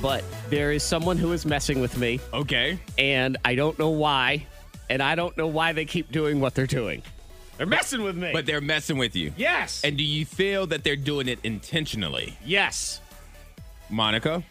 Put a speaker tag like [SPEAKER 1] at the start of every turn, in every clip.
[SPEAKER 1] but there is someone who is messing with me,
[SPEAKER 2] Okay.
[SPEAKER 1] and I don't know why, and I don't know why they keep doing what they're doing. They're messing with me.
[SPEAKER 2] But they're messing with you.
[SPEAKER 1] yes.
[SPEAKER 2] And do you feel that they're doing it intentionally?
[SPEAKER 1] yes.
[SPEAKER 2] Monica,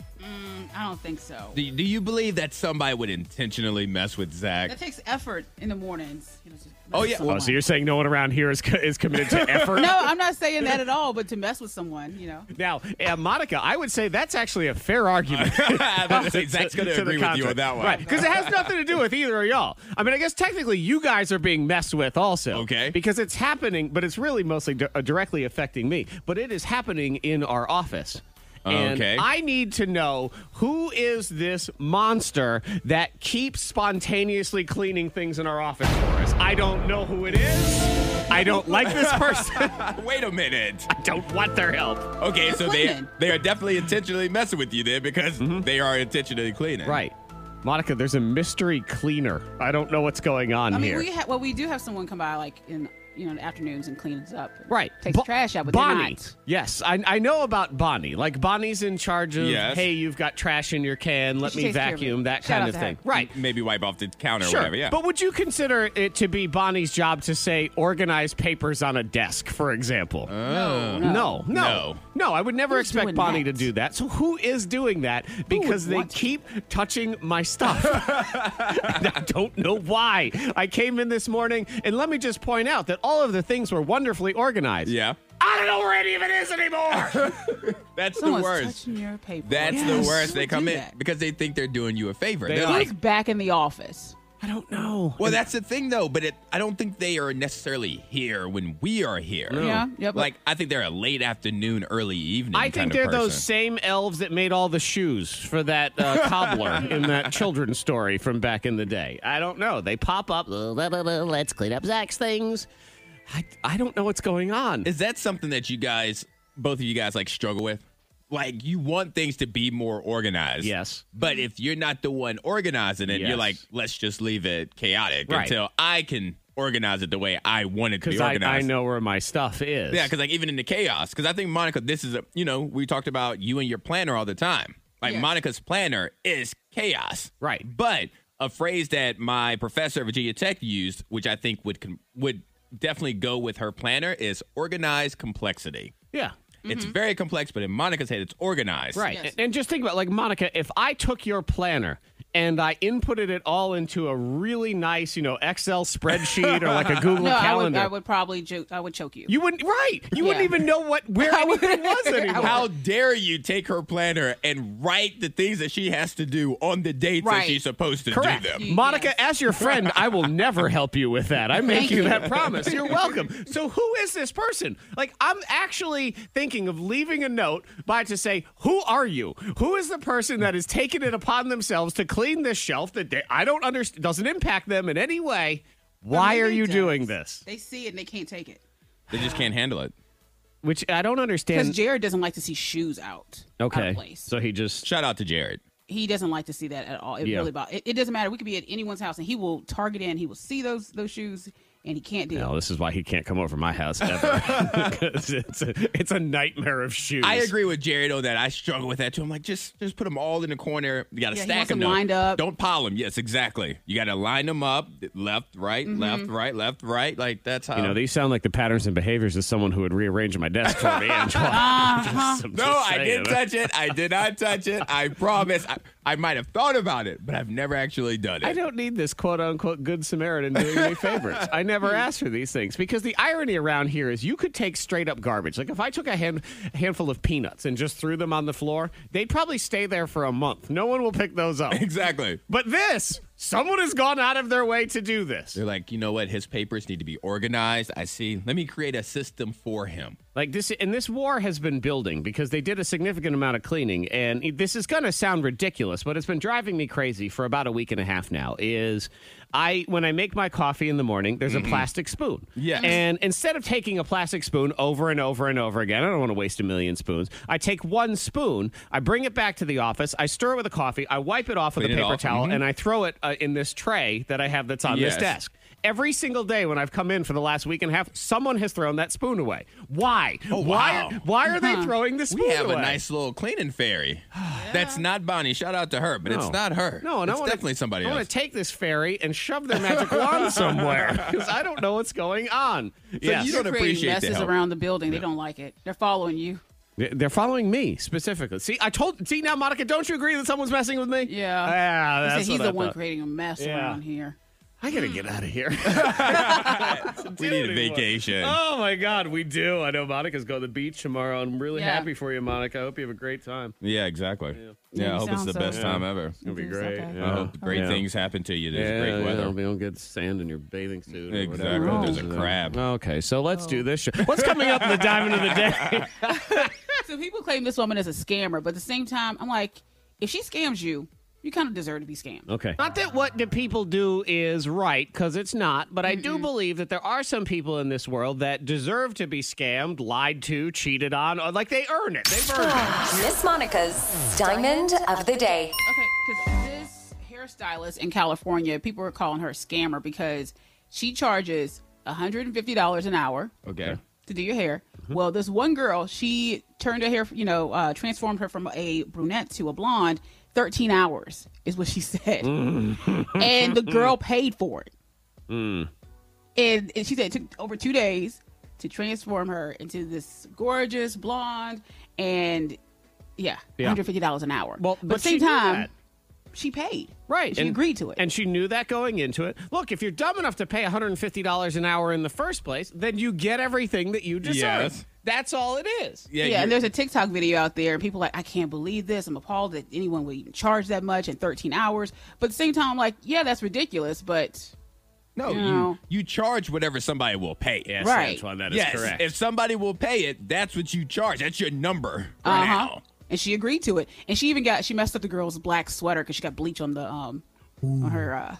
[SPEAKER 3] I don't think so.
[SPEAKER 2] do, do you believe that somebody would intentionally mess with
[SPEAKER 3] That
[SPEAKER 2] Zach?
[SPEAKER 3] takes effort in the mornings. You know, just
[SPEAKER 2] Oh,
[SPEAKER 3] mess
[SPEAKER 2] yeah.
[SPEAKER 3] with
[SPEAKER 2] Oh,
[SPEAKER 1] Oh, so
[SPEAKER 3] someone.
[SPEAKER 1] you're saying no one around here is, co- is committed to effort?
[SPEAKER 3] no, I'm not saying that at all. But to mess with someone, you know,
[SPEAKER 1] Now, uh, Monica, I would say that's actually a fair argument.
[SPEAKER 2] I was about to say, Zach's going to
[SPEAKER 1] the
[SPEAKER 2] agree with you
[SPEAKER 1] contract.
[SPEAKER 2] on that one.
[SPEAKER 1] Right, because it has nothing to do with either of y'all. I mean, I guess technically you guys are being messed with also.
[SPEAKER 2] Okay.
[SPEAKER 1] Because it's happening, but it's really mostly di- uh, directly affecting me. But it is happening in our office. And
[SPEAKER 2] Okay.
[SPEAKER 1] I need to know who is this monster that keeps spontaneously cleaning things in our office for us. I don't know who it is. I don't like this person. I
[SPEAKER 2] Wait a minute.
[SPEAKER 1] don't want their help.
[SPEAKER 2] Okay, so they
[SPEAKER 3] cleaning.
[SPEAKER 2] they are definitely intentionally messing with you there because they are intentionally cleaning.
[SPEAKER 1] Mm-hmm. Right. Monica, there's a mystery cleaner. I don't know what's going on
[SPEAKER 3] I mean,
[SPEAKER 1] here.
[SPEAKER 3] we ha- well, we do have someone come by like in you know the afternoons and cleans up.
[SPEAKER 1] right.
[SPEAKER 3] takes
[SPEAKER 1] Bo-
[SPEAKER 3] the trash out, but they're
[SPEAKER 1] Bonnie.
[SPEAKER 3] not.
[SPEAKER 1] Yes, I, I know about Bonnie. Like, Bonnie's in charge of,
[SPEAKER 2] Yes.
[SPEAKER 1] hey, you've got trash in your can, let
[SPEAKER 3] She
[SPEAKER 1] me
[SPEAKER 3] takes care of it.
[SPEAKER 1] vacuum, that
[SPEAKER 3] Shout
[SPEAKER 1] kind
[SPEAKER 3] out
[SPEAKER 1] of
[SPEAKER 3] to
[SPEAKER 1] thing.
[SPEAKER 3] her.
[SPEAKER 1] Right.
[SPEAKER 2] Maybe wipe off the counter
[SPEAKER 1] Sure.
[SPEAKER 2] Mm-hmm. or whatever. Yeah.
[SPEAKER 1] But would you consider it to be Bonnie's job to say, organize papers on a desk, for example?
[SPEAKER 2] Uh,
[SPEAKER 3] No,
[SPEAKER 1] No, no, no,
[SPEAKER 2] No.
[SPEAKER 1] I would never
[SPEAKER 3] Who's
[SPEAKER 1] expect
[SPEAKER 3] doing
[SPEAKER 1] Bonnie
[SPEAKER 3] that?
[SPEAKER 1] to do that. So who is doing that? Because they
[SPEAKER 3] want to?
[SPEAKER 1] keep touching my stuff. And I don't know why. I came in this morning, and let me just point out that all of the things were wonderfully organized.
[SPEAKER 2] yeah.
[SPEAKER 1] I don't know where any of it is anymore.
[SPEAKER 2] That's the
[SPEAKER 3] Someone's
[SPEAKER 2] worst.
[SPEAKER 3] touching your paper.
[SPEAKER 2] That's
[SPEAKER 3] Yes.
[SPEAKER 2] the worst.
[SPEAKER 3] Who
[SPEAKER 2] They
[SPEAKER 3] would
[SPEAKER 2] come
[SPEAKER 3] do
[SPEAKER 2] in
[SPEAKER 3] that?
[SPEAKER 2] because they think they're doing you a favor.
[SPEAKER 1] They
[SPEAKER 2] They're
[SPEAKER 1] are.
[SPEAKER 2] like,
[SPEAKER 3] Who's back in the office?
[SPEAKER 1] I don't know.
[SPEAKER 2] Well, that's the thing, though. But it, I don't think they are necessarily here when we are here.
[SPEAKER 3] Yeah, yeah, but-
[SPEAKER 2] Oh. Like I think they're a late afternoon, early evening.
[SPEAKER 1] I think
[SPEAKER 2] kind of
[SPEAKER 1] they're those
[SPEAKER 2] person.
[SPEAKER 1] same elves that made all the shoes for that uh, cobbler in that children's story from back in the day. I don't know. They pop up. Let's clean up Zach's things. I, I don't know what's going on.
[SPEAKER 2] Is that something that you guys, both of you guys, like struggle with? Like you want things to be more organized.
[SPEAKER 1] Yes.
[SPEAKER 2] But if you're not the one organizing it,
[SPEAKER 1] Yes.
[SPEAKER 2] you're like, let's just leave it chaotic
[SPEAKER 1] Right.
[SPEAKER 2] until I can organize it the way I want it to be
[SPEAKER 1] because I,
[SPEAKER 2] organized.
[SPEAKER 1] I know where my stuff is.
[SPEAKER 2] Yeah, because like even in the chaos, because I think Monica, this is a you know we talked about you and your planner all the time. Like
[SPEAKER 3] Yes.
[SPEAKER 2] Monica's planner is chaos,
[SPEAKER 1] Right.
[SPEAKER 2] But a phrase that my professor at Virginia Tech used, which I think would con- would definitely go with her planner, is organized complexity.
[SPEAKER 1] yeah,
[SPEAKER 2] It's very complex, but in Monica's head, it's organized.
[SPEAKER 1] Mm-hmm. right.
[SPEAKER 3] Yes.
[SPEAKER 1] And, and just think about like Monica. If I took your planner and I inputted it all into a really nice, you know, Excel spreadsheet or like a Google
[SPEAKER 3] No, I would,
[SPEAKER 1] calendar,
[SPEAKER 3] I would probably joke. I would choke you.
[SPEAKER 1] you wouldn't. Right? You wouldn't
[SPEAKER 3] Yeah.
[SPEAKER 1] even know what where
[SPEAKER 3] I would-
[SPEAKER 1] anything was
[SPEAKER 3] I would.
[SPEAKER 1] anymore.
[SPEAKER 2] How dare you take her planner and write the things that she has to do on the dates that
[SPEAKER 3] Right.
[SPEAKER 2] she's supposed to
[SPEAKER 1] Correct.
[SPEAKER 2] do them?
[SPEAKER 3] You-
[SPEAKER 1] Monica,
[SPEAKER 3] yes.
[SPEAKER 1] as your friend, I will never help you with that. I make
[SPEAKER 3] Thank
[SPEAKER 1] you
[SPEAKER 3] you.
[SPEAKER 1] that promise. You're welcome. So who is this person? Like I'm actually thinking of leaving a note by to say, "Who are you? Who is the person that has taken it upon themselves to clean this shelf that they, I don't understand doesn't impact them in any way? Why
[SPEAKER 3] Maybe
[SPEAKER 1] are
[SPEAKER 3] it
[SPEAKER 1] you
[SPEAKER 3] does.
[SPEAKER 1] doing this?"
[SPEAKER 3] They see it and they can't take it
[SPEAKER 2] They just can't handle it.
[SPEAKER 1] Which I don't
[SPEAKER 3] because
[SPEAKER 1] understand.
[SPEAKER 3] Jared doesn't like to see shoes out. Out
[SPEAKER 1] okay.
[SPEAKER 3] of place.
[SPEAKER 1] So he just
[SPEAKER 2] Shout out to Jared.
[SPEAKER 3] he doesn't like to see that at all. It
[SPEAKER 1] Yeah.
[SPEAKER 3] really bothers. It, it doesn't matter. We could be at anyone's house and he will target in. He will see those those shoes and he can't do
[SPEAKER 1] no,
[SPEAKER 3] it.
[SPEAKER 1] this is why he can't come over my house ever. 'Cause it's, a, it's a nightmare of shoes.
[SPEAKER 2] I agree with Jared on that. I struggle with that too. I'm like, just just put them all in the corner. You got to
[SPEAKER 3] Yeah, he
[SPEAKER 2] stack
[SPEAKER 3] wants
[SPEAKER 2] them.
[SPEAKER 3] them lined up.
[SPEAKER 2] Don't pile them. Yes, exactly. You got to line them up, left, right,
[SPEAKER 3] Mm-hmm.
[SPEAKER 2] left, right, left, right. Like that's how.
[SPEAKER 1] You know, these sound like the patterns and behaviors of someone who would rearrange my desk for me. Angela. Just- I'm
[SPEAKER 2] Uh-huh. no,
[SPEAKER 1] just
[SPEAKER 2] I
[SPEAKER 1] saying.
[SPEAKER 2] didn't touch it. I did not touch it. I promise. I, I might have thought about it, but I've never actually done it.
[SPEAKER 1] I don't need this quote unquote good Samaritan doing me favors. I never asked for these things because the irony around here is you could take straight up garbage. Like if I took a hand, handful of peanuts and just threw them on the floor, they'd probably stay there for a month. No one will pick those up.
[SPEAKER 2] Exactly.
[SPEAKER 1] But this, Someone has gone out of their way to do this.
[SPEAKER 2] They're like, you know what? His papers need to be organized. I see. Let me create a system for him.
[SPEAKER 1] Like this, and this war has been building because they did a significant amount of cleaning. And it- this is going to sound ridiculous, but it's been driving me crazy for about a week and a half now. Is I when I make my coffee in the morning, there's a plastic spoon.
[SPEAKER 2] Mm-hmm. Yes.
[SPEAKER 1] And instead of taking a plastic spoon over and over and over again, I don't want to waste a million spoons. I take one spoon, I bring it back to the office, I stir it with a coffee, I wipe it off with
[SPEAKER 2] Clean
[SPEAKER 1] a
[SPEAKER 2] it
[SPEAKER 1] paper
[SPEAKER 2] off.
[SPEAKER 1] towel, and I throw it uh, in this tray that I have that's on
[SPEAKER 2] Yes.
[SPEAKER 1] this desk. Every single day when I've come in for the last week and a half, someone has thrown that spoon away. Why?
[SPEAKER 2] wow.
[SPEAKER 1] Why? Why are they throwing the spoon
[SPEAKER 2] We have
[SPEAKER 1] away?
[SPEAKER 2] a nice little cleaning fairy. That's not Bonnie. Shout out to her, but it's
[SPEAKER 1] No.
[SPEAKER 2] not her.
[SPEAKER 1] No, and
[SPEAKER 2] it's
[SPEAKER 1] I wanna,
[SPEAKER 2] definitely somebody
[SPEAKER 1] I
[SPEAKER 2] else.
[SPEAKER 1] want to take this fairy and shove their magic wand somewhere because I don't know what's going on. yes.
[SPEAKER 2] you don't
[SPEAKER 3] They're
[SPEAKER 2] appreciate
[SPEAKER 3] creating
[SPEAKER 2] the
[SPEAKER 3] messes
[SPEAKER 2] help.
[SPEAKER 3] around the building. They don't like it. They're following you.
[SPEAKER 1] They- They're following me specifically. See, I told. See now, Monica, don't you agree that someone's messing with me? Yeah,
[SPEAKER 3] Yeah. He said
[SPEAKER 1] Uh, that's
[SPEAKER 3] he's
[SPEAKER 1] what
[SPEAKER 3] the
[SPEAKER 1] I
[SPEAKER 3] one
[SPEAKER 1] thought.
[SPEAKER 3] creating a mess
[SPEAKER 1] Yeah.
[SPEAKER 3] around here.
[SPEAKER 1] I gotta get out of here.
[SPEAKER 2] we need a vacation.
[SPEAKER 1] oh my God, we do. I know Monica's going to the beach tomorrow. I'm really
[SPEAKER 3] Yeah.
[SPEAKER 1] happy for you, Monica. I hope you have a great time.
[SPEAKER 2] Yeah, exactly. Yeah,
[SPEAKER 3] Yeah,
[SPEAKER 2] I
[SPEAKER 3] you
[SPEAKER 2] hope it's
[SPEAKER 3] sound
[SPEAKER 2] the
[SPEAKER 3] so-
[SPEAKER 2] best
[SPEAKER 3] Yeah.
[SPEAKER 2] time ever.
[SPEAKER 1] It'll be
[SPEAKER 3] It's
[SPEAKER 1] great.
[SPEAKER 3] okay.
[SPEAKER 2] I
[SPEAKER 1] yeah.
[SPEAKER 2] hope great
[SPEAKER 1] Yeah.
[SPEAKER 2] things happen to you. There's
[SPEAKER 1] Yeah,
[SPEAKER 2] great
[SPEAKER 1] yeah,
[SPEAKER 2] weather.
[SPEAKER 1] we don't get sand in your bathing suit. or
[SPEAKER 2] Exactly.
[SPEAKER 1] whatever.
[SPEAKER 2] There's a crab.
[SPEAKER 1] Okay, so let's do this. Show. What's coming up in the diamond of the day?
[SPEAKER 3] So people claim this woman is a scammer, but at the same time, I'm like, if she scams you, you kind of deserve to be scammed.
[SPEAKER 1] Okay. Not that what do people do is right, because it's not, but I do believe that there are some people in this world that deserve to be scammed, lied to, cheated on, or like they earn it. They've earned it.
[SPEAKER 4] Miss Monica's Diamond of the Day.
[SPEAKER 3] Okay, because this hairstylist in California, people are calling her a scammer because she charges $150 an hour
[SPEAKER 2] Okay.
[SPEAKER 3] to do your hair.
[SPEAKER 1] Mm-hmm.
[SPEAKER 3] Well, this one girl, she turned her hair, you know, uh, transformed her from a brunette to a blonde. 13 hours is what she said.
[SPEAKER 1] Mm.
[SPEAKER 3] and the girl paid for it. And, and she said it took over two days to transform her into this gorgeous blonde. And yeah,
[SPEAKER 1] Yeah.
[SPEAKER 3] $150 an hour.
[SPEAKER 1] Well,
[SPEAKER 3] but,
[SPEAKER 1] but
[SPEAKER 3] at the same
[SPEAKER 1] she knew
[SPEAKER 3] time,
[SPEAKER 1] that.
[SPEAKER 3] she paid.
[SPEAKER 1] Right.
[SPEAKER 3] She
[SPEAKER 1] and-
[SPEAKER 3] agreed to it.
[SPEAKER 1] And she knew that going into it. Look, if you're dumb enough to pay $150 an hour in the first place, then you get everything that you deserve.
[SPEAKER 2] Yes.
[SPEAKER 1] That's all it is.
[SPEAKER 3] yeah, and there's a TikTok video out there, and people are like, I can't believe this. I'm appalled that anyone would even charge that much in 13 hours. But at the same time, I'm like, yeah, that's ridiculous. But
[SPEAKER 2] no,
[SPEAKER 3] you
[SPEAKER 2] you,
[SPEAKER 3] know.
[SPEAKER 2] you charge whatever somebody will pay. Yes,
[SPEAKER 3] Right. that's why
[SPEAKER 1] that
[SPEAKER 2] yes. If somebody will pay it, that's what you charge. That's your number for now.
[SPEAKER 3] uh-huh." and she agreed to it, and she even got she messed up the girl's black sweater because she got bleach on the um on her. uh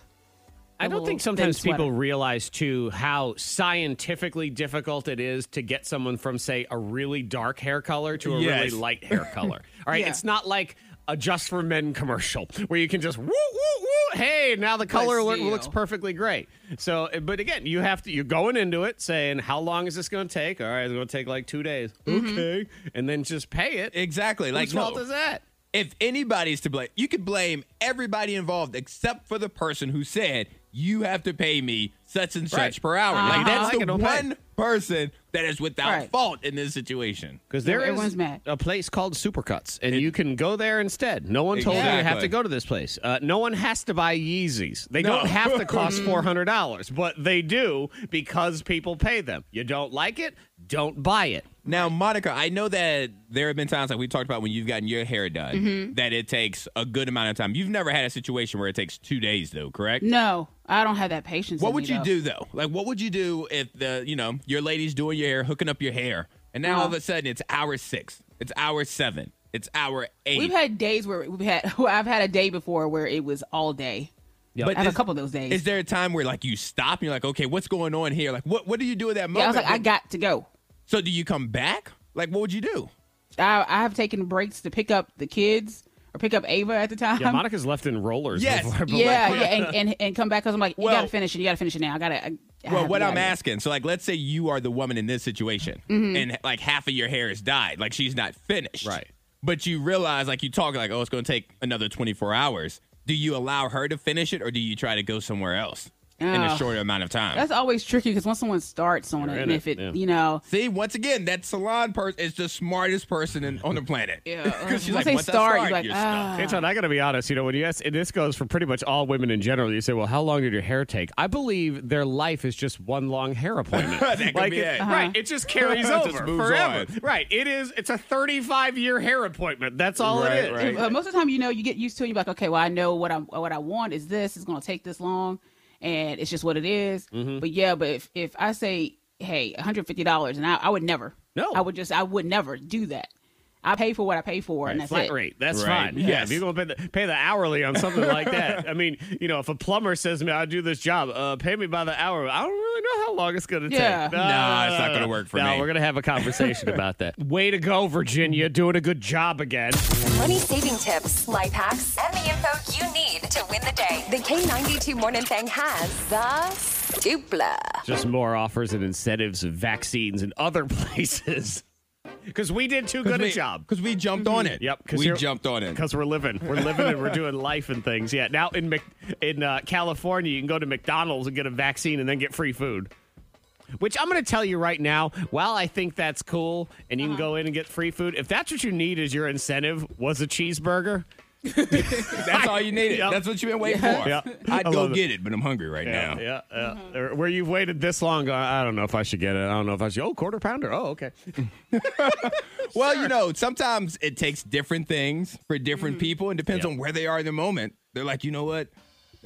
[SPEAKER 1] I don't
[SPEAKER 3] little
[SPEAKER 1] think
[SPEAKER 3] thin
[SPEAKER 1] sometimes people
[SPEAKER 3] sweater.
[SPEAKER 1] realize too how scientifically difficult it is to get someone from say a really dark hair color to a
[SPEAKER 2] Yes.
[SPEAKER 1] really light hair color. All right,
[SPEAKER 3] Yeah.
[SPEAKER 1] it's not like a just for men commercial where you can just woo woo woo hey now the color lo-
[SPEAKER 3] still.
[SPEAKER 1] looks perfectly great. So eh, but again, you have to you're going into it saying how long is this going to take? All right, it's going to take like 2 days. Okay. And then just pay it.
[SPEAKER 2] Exactly. Like
[SPEAKER 1] Whose fault
[SPEAKER 2] no.
[SPEAKER 1] is that?
[SPEAKER 2] if anybody's to blame, you could blame everybody involved except for the person who said, you have to pay me such and
[SPEAKER 1] Right. Uh-huh.
[SPEAKER 2] such per hour. Like, that's
[SPEAKER 1] I like it,
[SPEAKER 2] the
[SPEAKER 1] don't pay.
[SPEAKER 2] one person that is without
[SPEAKER 3] Right.
[SPEAKER 2] fault in this situation.
[SPEAKER 1] Because there is
[SPEAKER 3] Everyone's mad.
[SPEAKER 1] a place called Supercuts, and you can go there instead. No one told you you have
[SPEAKER 2] Exactly.
[SPEAKER 1] to go to this place. Uh, no one has to buy Yeezys. They don't have to cost four hundred dollars, but they do because people pay them. You don't like it, don't buy it.
[SPEAKER 2] Now, Monica, I know that there have been times like we talked about when you've gotten your hair done
[SPEAKER 3] Mm-hmm.
[SPEAKER 2] that it takes a good amount of time. You've never had a situation where it takes two days, though, correct?
[SPEAKER 3] No, I don't have that patience.
[SPEAKER 2] What
[SPEAKER 3] in
[SPEAKER 2] would
[SPEAKER 3] me,
[SPEAKER 2] you
[SPEAKER 3] though.
[SPEAKER 2] do though? Like, what would you do if the you know your lady's doing your hair, hooking up your hair, and now
[SPEAKER 3] Uh-huh.
[SPEAKER 2] all of a sudden it's hour six, it's hour seven, it's hour 8
[SPEAKER 3] We've had days where we've had. Well, I've had a day before where it was all day.
[SPEAKER 2] but
[SPEAKER 3] I have
[SPEAKER 2] is-
[SPEAKER 3] a couple of those days.
[SPEAKER 2] Is there a time where like you stop and you're like, okay, what's going on here? Like, what what do you do at that moment?
[SPEAKER 3] yeah, I was like, I got to go.
[SPEAKER 2] so do you come back? Like, what would you do?
[SPEAKER 3] I, I have taken breaks to pick up the kids or pick up Ava at the time.
[SPEAKER 1] Yeah, Monica's left in rollers.
[SPEAKER 2] Yes.
[SPEAKER 1] before, but
[SPEAKER 3] yeah, yeah, and, and and come back because I'm like, you
[SPEAKER 2] Well-
[SPEAKER 3] gotta finish it. You gotta finish it now. I gotta. I, I
[SPEAKER 2] Well,
[SPEAKER 3] have
[SPEAKER 2] what
[SPEAKER 3] to
[SPEAKER 2] I'm
[SPEAKER 3] get out of
[SPEAKER 2] asking, so like, let's say you are the woman in this situation,
[SPEAKER 3] Mm-hmm.
[SPEAKER 2] and like half of your hair is dyed, like she's not finished,
[SPEAKER 1] Right.
[SPEAKER 2] But you realize, like, you talk like, oh, it's going to take another 24 hours. Do you allow her to finish it, or do you try to go somewhere else? in a
[SPEAKER 3] Oh.
[SPEAKER 2] shorter amount of time.
[SPEAKER 3] That's always tricky because once someone starts on it,
[SPEAKER 1] in
[SPEAKER 3] and
[SPEAKER 1] it,
[SPEAKER 3] if it,
[SPEAKER 1] yeah.
[SPEAKER 3] you know,
[SPEAKER 2] See, once again, that salon person is the smartest person in, on the planet.
[SPEAKER 3] Yeah, uh,
[SPEAKER 2] because she's like,
[SPEAKER 3] once they
[SPEAKER 2] once
[SPEAKER 3] start,
[SPEAKER 2] I
[SPEAKER 3] you're
[SPEAKER 2] start,
[SPEAKER 3] like, "Ah."
[SPEAKER 2] you're stuck.
[SPEAKER 1] Anton, I got to be honest. You know, when you ask, and this goes for pretty much all women in general, you say, well, how long did your hair take? I believe their life is just one long hair appointment.
[SPEAKER 2] That could be
[SPEAKER 1] it,
[SPEAKER 2] it.
[SPEAKER 1] Right. It just carries
[SPEAKER 2] Just
[SPEAKER 1] over
[SPEAKER 2] moves
[SPEAKER 1] forever.
[SPEAKER 2] on.
[SPEAKER 1] Right. It is, it's a 35 year hair appointment. That's all
[SPEAKER 2] Right,
[SPEAKER 1] it is.
[SPEAKER 2] right.
[SPEAKER 3] uh, most of the time, you know, you get used to it. You're like, okay, well, I know what I what I want is this. It's going to take this long, and it's just what it is.
[SPEAKER 1] Mm-hmm.
[SPEAKER 3] But yeah, but if if I say, hey, 150 dollars, and I, I would never,
[SPEAKER 1] No.
[SPEAKER 3] I would just, I would never do that. I pay for what I pay for, and that's
[SPEAKER 1] flat
[SPEAKER 3] it.
[SPEAKER 1] rate. That's
[SPEAKER 2] Right.
[SPEAKER 1] fine. Yeah,
[SPEAKER 2] Yes.
[SPEAKER 1] if you're gonna pay the, pay the hourly on something like that. I mean, you know, if a plumber says to me, "I do this job, uh, pay me by the hour," I don't really know how long it's gonna
[SPEAKER 3] Yeah.
[SPEAKER 1] take.
[SPEAKER 2] Nah, it's not gonna work for
[SPEAKER 1] no,
[SPEAKER 2] me.
[SPEAKER 1] we're gonna have a conversation about that. Way to go, Virginia, doing a good job again.
[SPEAKER 4] Money saving tips, life hacks, and the info you need to win the day. The K92 Morning Thing has the dupla.
[SPEAKER 1] Just more offers and incentives of vaccines and other places because we did too good a job.
[SPEAKER 2] because we jumped on
[SPEAKER 3] Mm-hmm.
[SPEAKER 2] it.
[SPEAKER 1] Yep, 'cause
[SPEAKER 2] we
[SPEAKER 1] you're-
[SPEAKER 2] jumped on it.
[SPEAKER 1] Because we're living, we're living, and we're doing life and things. Yeah. Now in Mc- in uh, California, you can go to McDonald's and get a vaccine and then get free food. Which I'm going to tell you right now. While I think that's cool, and you can go in and get free food, if that's what you need as your incentive was a cheeseburger,
[SPEAKER 2] That's all you needed.
[SPEAKER 1] Yep.
[SPEAKER 2] That's what you've been waiting for.
[SPEAKER 1] Yeah.
[SPEAKER 2] I'd
[SPEAKER 1] I
[SPEAKER 2] go
[SPEAKER 1] love it.
[SPEAKER 2] get it, but I'm hungry right now.
[SPEAKER 1] Yeah, yeah. Or Where you've waited this long, I I don't know if I should get it. I don't know if I should. Oh, quarter pounder. Oh, okay.
[SPEAKER 2] Well, you know, sometimes it takes different things for
[SPEAKER 3] Mm-hmm.
[SPEAKER 2] different people and depends on where they are in the moment. They're like, you know what?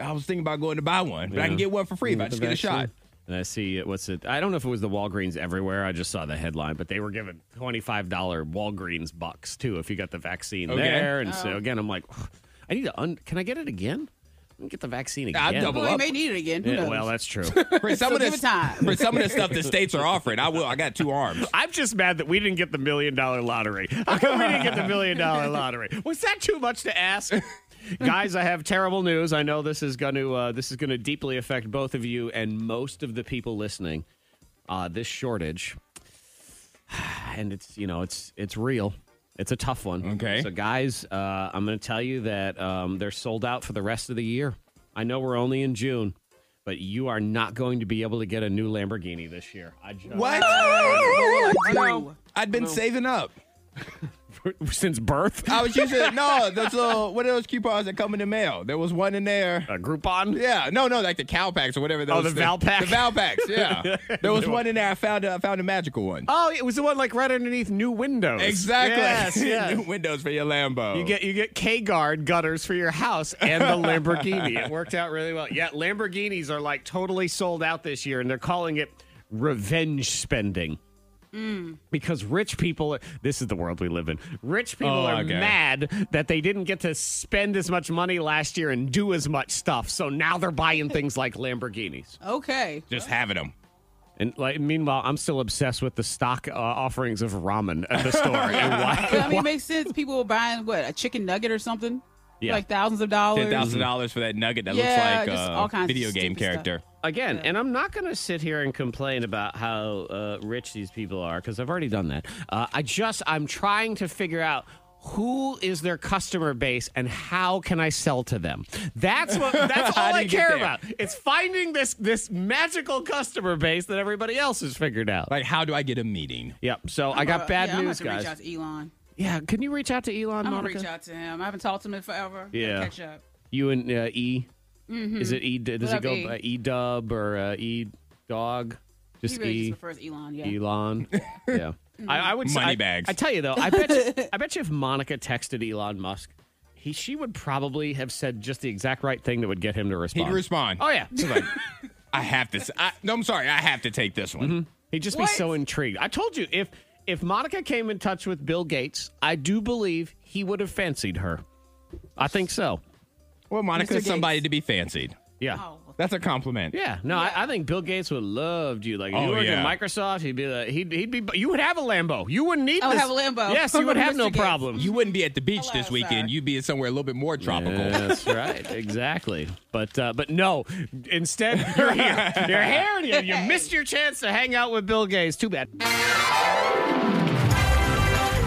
[SPEAKER 2] I was thinking about going to buy one, but I can get one for free if I just get a shot.
[SPEAKER 1] And I see it- what's it? I don't know if it was the Walgreens everywhere. I just saw the headline, but they were giving twenty five dollar Walgreens bucks too if you got the vaccine
[SPEAKER 2] Okay. Oh.
[SPEAKER 1] there. And so again, I'm like, I need to. Un- can I get it again? Let me get the vaccine again.
[SPEAKER 2] I'll double
[SPEAKER 3] Well, you
[SPEAKER 2] up.
[SPEAKER 3] may need it again. Who
[SPEAKER 1] Yeah,
[SPEAKER 3] knows?
[SPEAKER 1] well, that's true.
[SPEAKER 2] For some,
[SPEAKER 3] So
[SPEAKER 2] of
[SPEAKER 3] give
[SPEAKER 2] this,
[SPEAKER 3] it time.
[SPEAKER 2] for some of the stuff the states are offering, I will. I got two arms.
[SPEAKER 1] I'm just mad that we didn't get the million dollar lottery. How come we didn't get the million dollar lottery? Was that too much to ask? Guys, I have terrible news. I know this is going to uh, this is going to deeply affect both of you and most of the people listening. Uh, this shortage, and it's you know it's it's real. It's a tough one.
[SPEAKER 2] Okay.
[SPEAKER 1] So guys, uh, I'm going to tell you that um, they're sold out for the rest of the year. I know we're only in June, but you are not going to be able to get a new Lamborghini this year. I just,
[SPEAKER 2] What?
[SPEAKER 3] No.
[SPEAKER 2] I'd been saving up.
[SPEAKER 1] since birth?
[SPEAKER 2] I was using no those little what are those coupons that come in the mail? There was one in there.
[SPEAKER 1] a Uh, Groupon.
[SPEAKER 2] Yeah, no, no, like the cow packs or whatever. Those
[SPEAKER 1] Oh, the
[SPEAKER 2] things-
[SPEAKER 1] Valpak?
[SPEAKER 2] The Valpacks, yeah. there was one in there. I found a, I found a magical one.
[SPEAKER 1] Oh, it was the one like right underneath new windows.
[SPEAKER 2] Exactly.
[SPEAKER 1] Yes, yes.
[SPEAKER 2] New windows for your Lambo.
[SPEAKER 1] You get you get K guard gutters for your house and the Lamborghini. it worked out really well. Yeah, Lamborghinis are like totally sold out this year, and they're calling it revenge spending.
[SPEAKER 2] Mm.
[SPEAKER 1] Because rich people, are, this is the world we live in. Rich people
[SPEAKER 2] Oh,
[SPEAKER 1] are
[SPEAKER 2] okay.
[SPEAKER 1] mad that they didn't get to spend as much money last year and do as much stuff. So now they're buying things like Lamborghinis.
[SPEAKER 3] Okay.
[SPEAKER 2] just having them.
[SPEAKER 3] Oh,
[SPEAKER 1] And like, meanwhile, I'm still obsessed with the stock uh, offerings of ramen at the store. and why,
[SPEAKER 3] But, I mean, it makes sense. People were buying what a chicken nugget or something, for,
[SPEAKER 1] Yeah.
[SPEAKER 3] like thousands of dollars.
[SPEAKER 2] Ten thousand dollars for that nugget that
[SPEAKER 3] Yeah,
[SPEAKER 2] looks like
[SPEAKER 3] just
[SPEAKER 2] uh,
[SPEAKER 3] all kinds of
[SPEAKER 2] video game
[SPEAKER 3] stupid
[SPEAKER 2] character.
[SPEAKER 1] again, and I'm not going to sit here and complain about how uh, rich these people are because I've already done that. Uh, I just I'm trying to figure out who is their customer base and how can I sell to them. That's what that's
[SPEAKER 2] How
[SPEAKER 1] all
[SPEAKER 2] do
[SPEAKER 1] I
[SPEAKER 2] you get
[SPEAKER 1] care
[SPEAKER 2] there?
[SPEAKER 1] about. It's finding this this magical customer base that everybody else has figured out.
[SPEAKER 2] Like, how do I get a meeting?
[SPEAKER 1] Yep. So i got
[SPEAKER 3] Uh,
[SPEAKER 1] bad
[SPEAKER 3] yeah, I'm
[SPEAKER 1] news,
[SPEAKER 3] gonna have
[SPEAKER 1] guys.
[SPEAKER 3] to Reach out to Elon.
[SPEAKER 1] Yeah. Can you reach out to Elon?
[SPEAKER 3] I'm gonna
[SPEAKER 1] Monica?
[SPEAKER 3] reach out to him. I haven't talked to him in forever.
[SPEAKER 1] Yeah.
[SPEAKER 3] Catch up.
[SPEAKER 1] You and uh, E. Is it E? Does it
[SPEAKER 3] Love
[SPEAKER 1] go
[SPEAKER 3] Mm-hmm. E.
[SPEAKER 1] by E Dub or uh, E Dog?
[SPEAKER 3] He
[SPEAKER 1] Just
[SPEAKER 3] really
[SPEAKER 1] E.
[SPEAKER 3] just prefers Elon. Yeah.
[SPEAKER 1] Elon. yeah. I, I would. say-
[SPEAKER 2] Money
[SPEAKER 1] I-
[SPEAKER 2] bags.
[SPEAKER 1] I, tell you though, I bet. You, I bet you if Monica texted Elon Musk, he she would probably have said just the exact right thing that would get him to
[SPEAKER 2] He'd
[SPEAKER 1] respond.
[SPEAKER 2] respond.
[SPEAKER 1] Oh yeah.
[SPEAKER 2] She's like, I have to. s- I, no, I'm sorry. I have to take this one.
[SPEAKER 3] Mm-hmm.
[SPEAKER 1] He'd just
[SPEAKER 3] What?
[SPEAKER 1] be so intrigued. I told you if if Monica came in touch with Bill Gates, I do believe he would have fancied her. I think so.
[SPEAKER 2] Well,
[SPEAKER 3] Mr.
[SPEAKER 2] Monica's
[SPEAKER 3] Gates.
[SPEAKER 2] somebody to be fancied.
[SPEAKER 1] Yeah.
[SPEAKER 3] Oh, well,
[SPEAKER 2] That's a compliment.
[SPEAKER 1] Yeah, no, I, I think Bill Gates would love you. Like, if you
[SPEAKER 2] Oh,
[SPEAKER 1] worked
[SPEAKER 2] yeah.
[SPEAKER 1] at Microsoft, he'd be like, he'd, he'd be, you would have a Lambo. You wouldn't need
[SPEAKER 3] I would
[SPEAKER 1] this.
[SPEAKER 3] have a Lambo.
[SPEAKER 1] Yes, you would have no
[SPEAKER 3] Mr. Gates.
[SPEAKER 1] problem.
[SPEAKER 2] You wouldn't be at the beach
[SPEAKER 3] Hello,
[SPEAKER 2] this weekend.
[SPEAKER 3] sir.
[SPEAKER 2] You'd be somewhere a little bit more tropical.
[SPEAKER 1] That's right, exactly. But uh, but no, instead you're here. You're here. And you, you missed your chance to hang out with Bill Gates. Too bad.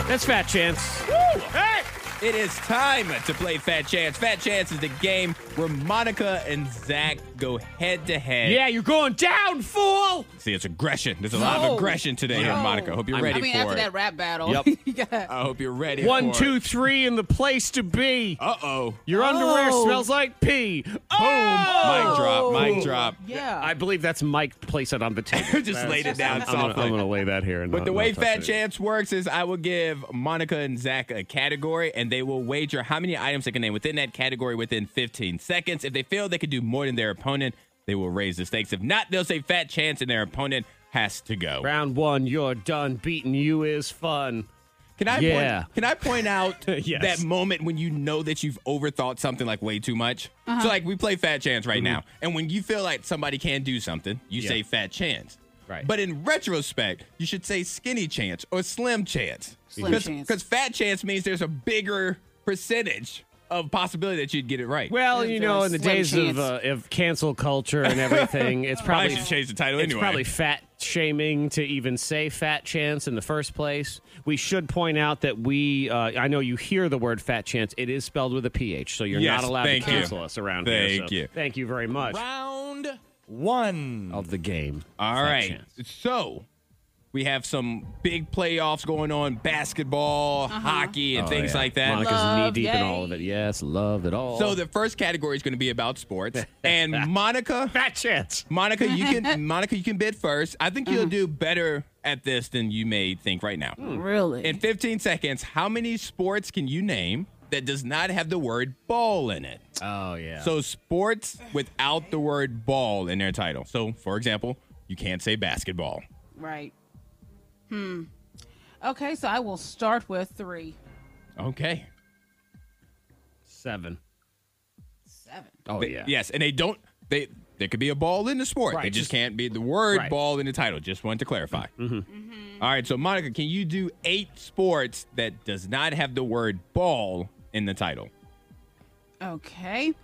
[SPEAKER 1] That's fat chance. Hey,
[SPEAKER 2] It is time to play Fat Chance. Fat Chance is the game where Monica and Zach go head to head.
[SPEAKER 1] Yeah, you're going down, fool.
[SPEAKER 2] See, it's aggression. There's a lot
[SPEAKER 3] No.
[SPEAKER 2] of aggression today here,
[SPEAKER 3] No.
[SPEAKER 2] Monica. Hope you're
[SPEAKER 1] I
[SPEAKER 2] ready
[SPEAKER 3] I mean,
[SPEAKER 2] for
[SPEAKER 3] after
[SPEAKER 2] it.
[SPEAKER 3] that rap battle.
[SPEAKER 1] Yep.
[SPEAKER 3] you got-
[SPEAKER 2] I hope you're ready.
[SPEAKER 1] One,
[SPEAKER 2] for
[SPEAKER 1] two, three, and the place to be.
[SPEAKER 2] Uh oh.
[SPEAKER 1] Your underwear
[SPEAKER 3] Oh.
[SPEAKER 1] smells like pee. Boom.
[SPEAKER 2] Mic drop.
[SPEAKER 3] Oh.
[SPEAKER 2] Mic drop.
[SPEAKER 3] yeah.
[SPEAKER 1] I believe that's Mike. Place it on the table.
[SPEAKER 2] Just
[SPEAKER 1] That's-
[SPEAKER 2] laid it down
[SPEAKER 1] I'm gonna-
[SPEAKER 2] softly.
[SPEAKER 1] I'm going to lay that here. and
[SPEAKER 2] But
[SPEAKER 1] not-
[SPEAKER 2] the way
[SPEAKER 1] not touch
[SPEAKER 2] Fat
[SPEAKER 1] it.
[SPEAKER 2] Chance works is I will give Monica and Zach a category, and they will wager how many items they can name within that category within 15 seconds. If they feel they can do more than their opponent, they will raise the stakes. If not, they'll say Fat Chance, and their opponent has to go.
[SPEAKER 1] Round one, you're done. Beating you is fun.
[SPEAKER 2] Can I
[SPEAKER 1] Yeah.
[SPEAKER 2] point, can I point out
[SPEAKER 1] Yes.
[SPEAKER 2] that moment when you know that you've overthought something like way too much?
[SPEAKER 3] Uh-huh.
[SPEAKER 2] So like we play fat chance right now, and when you feel like somebody can do something, you
[SPEAKER 1] Mm-hmm. Yeah.
[SPEAKER 2] say fat chance.
[SPEAKER 1] Right.
[SPEAKER 2] But in retrospect, you should say skinny chance or slim chance.
[SPEAKER 3] Slim
[SPEAKER 2] Cause,
[SPEAKER 3] chance.
[SPEAKER 2] Because fat chance means there's a bigger percentage of possibility that you'd get it right.
[SPEAKER 1] Well,
[SPEAKER 3] There's
[SPEAKER 1] you
[SPEAKER 3] a
[SPEAKER 1] know, in the
[SPEAKER 3] slim
[SPEAKER 1] days of,
[SPEAKER 3] chance.
[SPEAKER 1] uh, of cancel culture and everything, it's
[SPEAKER 2] I
[SPEAKER 1] probably
[SPEAKER 2] should change the title
[SPEAKER 1] it's
[SPEAKER 2] anyway.
[SPEAKER 1] probably fat shaming to even say fat chance in the first place. We should point out that we, uh, I know you hear the word fat chance. It is spelled with a PH, so you're
[SPEAKER 2] Yes,
[SPEAKER 1] not allowed to
[SPEAKER 2] thank you.
[SPEAKER 1] cancel us around here.
[SPEAKER 2] Thank
[SPEAKER 1] so
[SPEAKER 2] you.
[SPEAKER 1] Thank you very much.
[SPEAKER 2] round one.
[SPEAKER 1] Of the game.
[SPEAKER 2] All
[SPEAKER 1] Fat
[SPEAKER 2] right.
[SPEAKER 1] chance.
[SPEAKER 2] So we have some big playoffs going on basketball, hockey, and things
[SPEAKER 1] Oh, Yeah.
[SPEAKER 2] like that.
[SPEAKER 1] Monica's knee
[SPEAKER 3] Love,
[SPEAKER 1] deep in
[SPEAKER 3] yay.
[SPEAKER 1] all of it. Yes, love it all.
[SPEAKER 2] So the first category is going to be about sports. and Monica,
[SPEAKER 1] fat chance.
[SPEAKER 2] Monica, you can Monica, you can bid first. I think you'll do better at this than you may think right now.
[SPEAKER 1] Hmm.
[SPEAKER 3] really?
[SPEAKER 2] In 15 seconds, how many sports can you name that does not have the word ball in it?
[SPEAKER 1] Oh yeah.
[SPEAKER 2] So sports without the word ball in their title. So, for example, you can't say basketball.
[SPEAKER 3] right. Hmm. Okay, so I will start with three.
[SPEAKER 2] Okay.
[SPEAKER 1] seven.
[SPEAKER 3] Seven.
[SPEAKER 1] Oh
[SPEAKER 2] They- Yes, and they don't. They there could be a ball in the sport. They
[SPEAKER 1] Right,
[SPEAKER 2] just
[SPEAKER 1] just-
[SPEAKER 2] can't be the word
[SPEAKER 1] right. Mm-hmm.
[SPEAKER 2] ball in the title. Just wanted to clarify.
[SPEAKER 3] Mm-hmm.
[SPEAKER 2] All right, so Monica, can you do eight sports that does not have the word ball in the title?
[SPEAKER 3] Okay.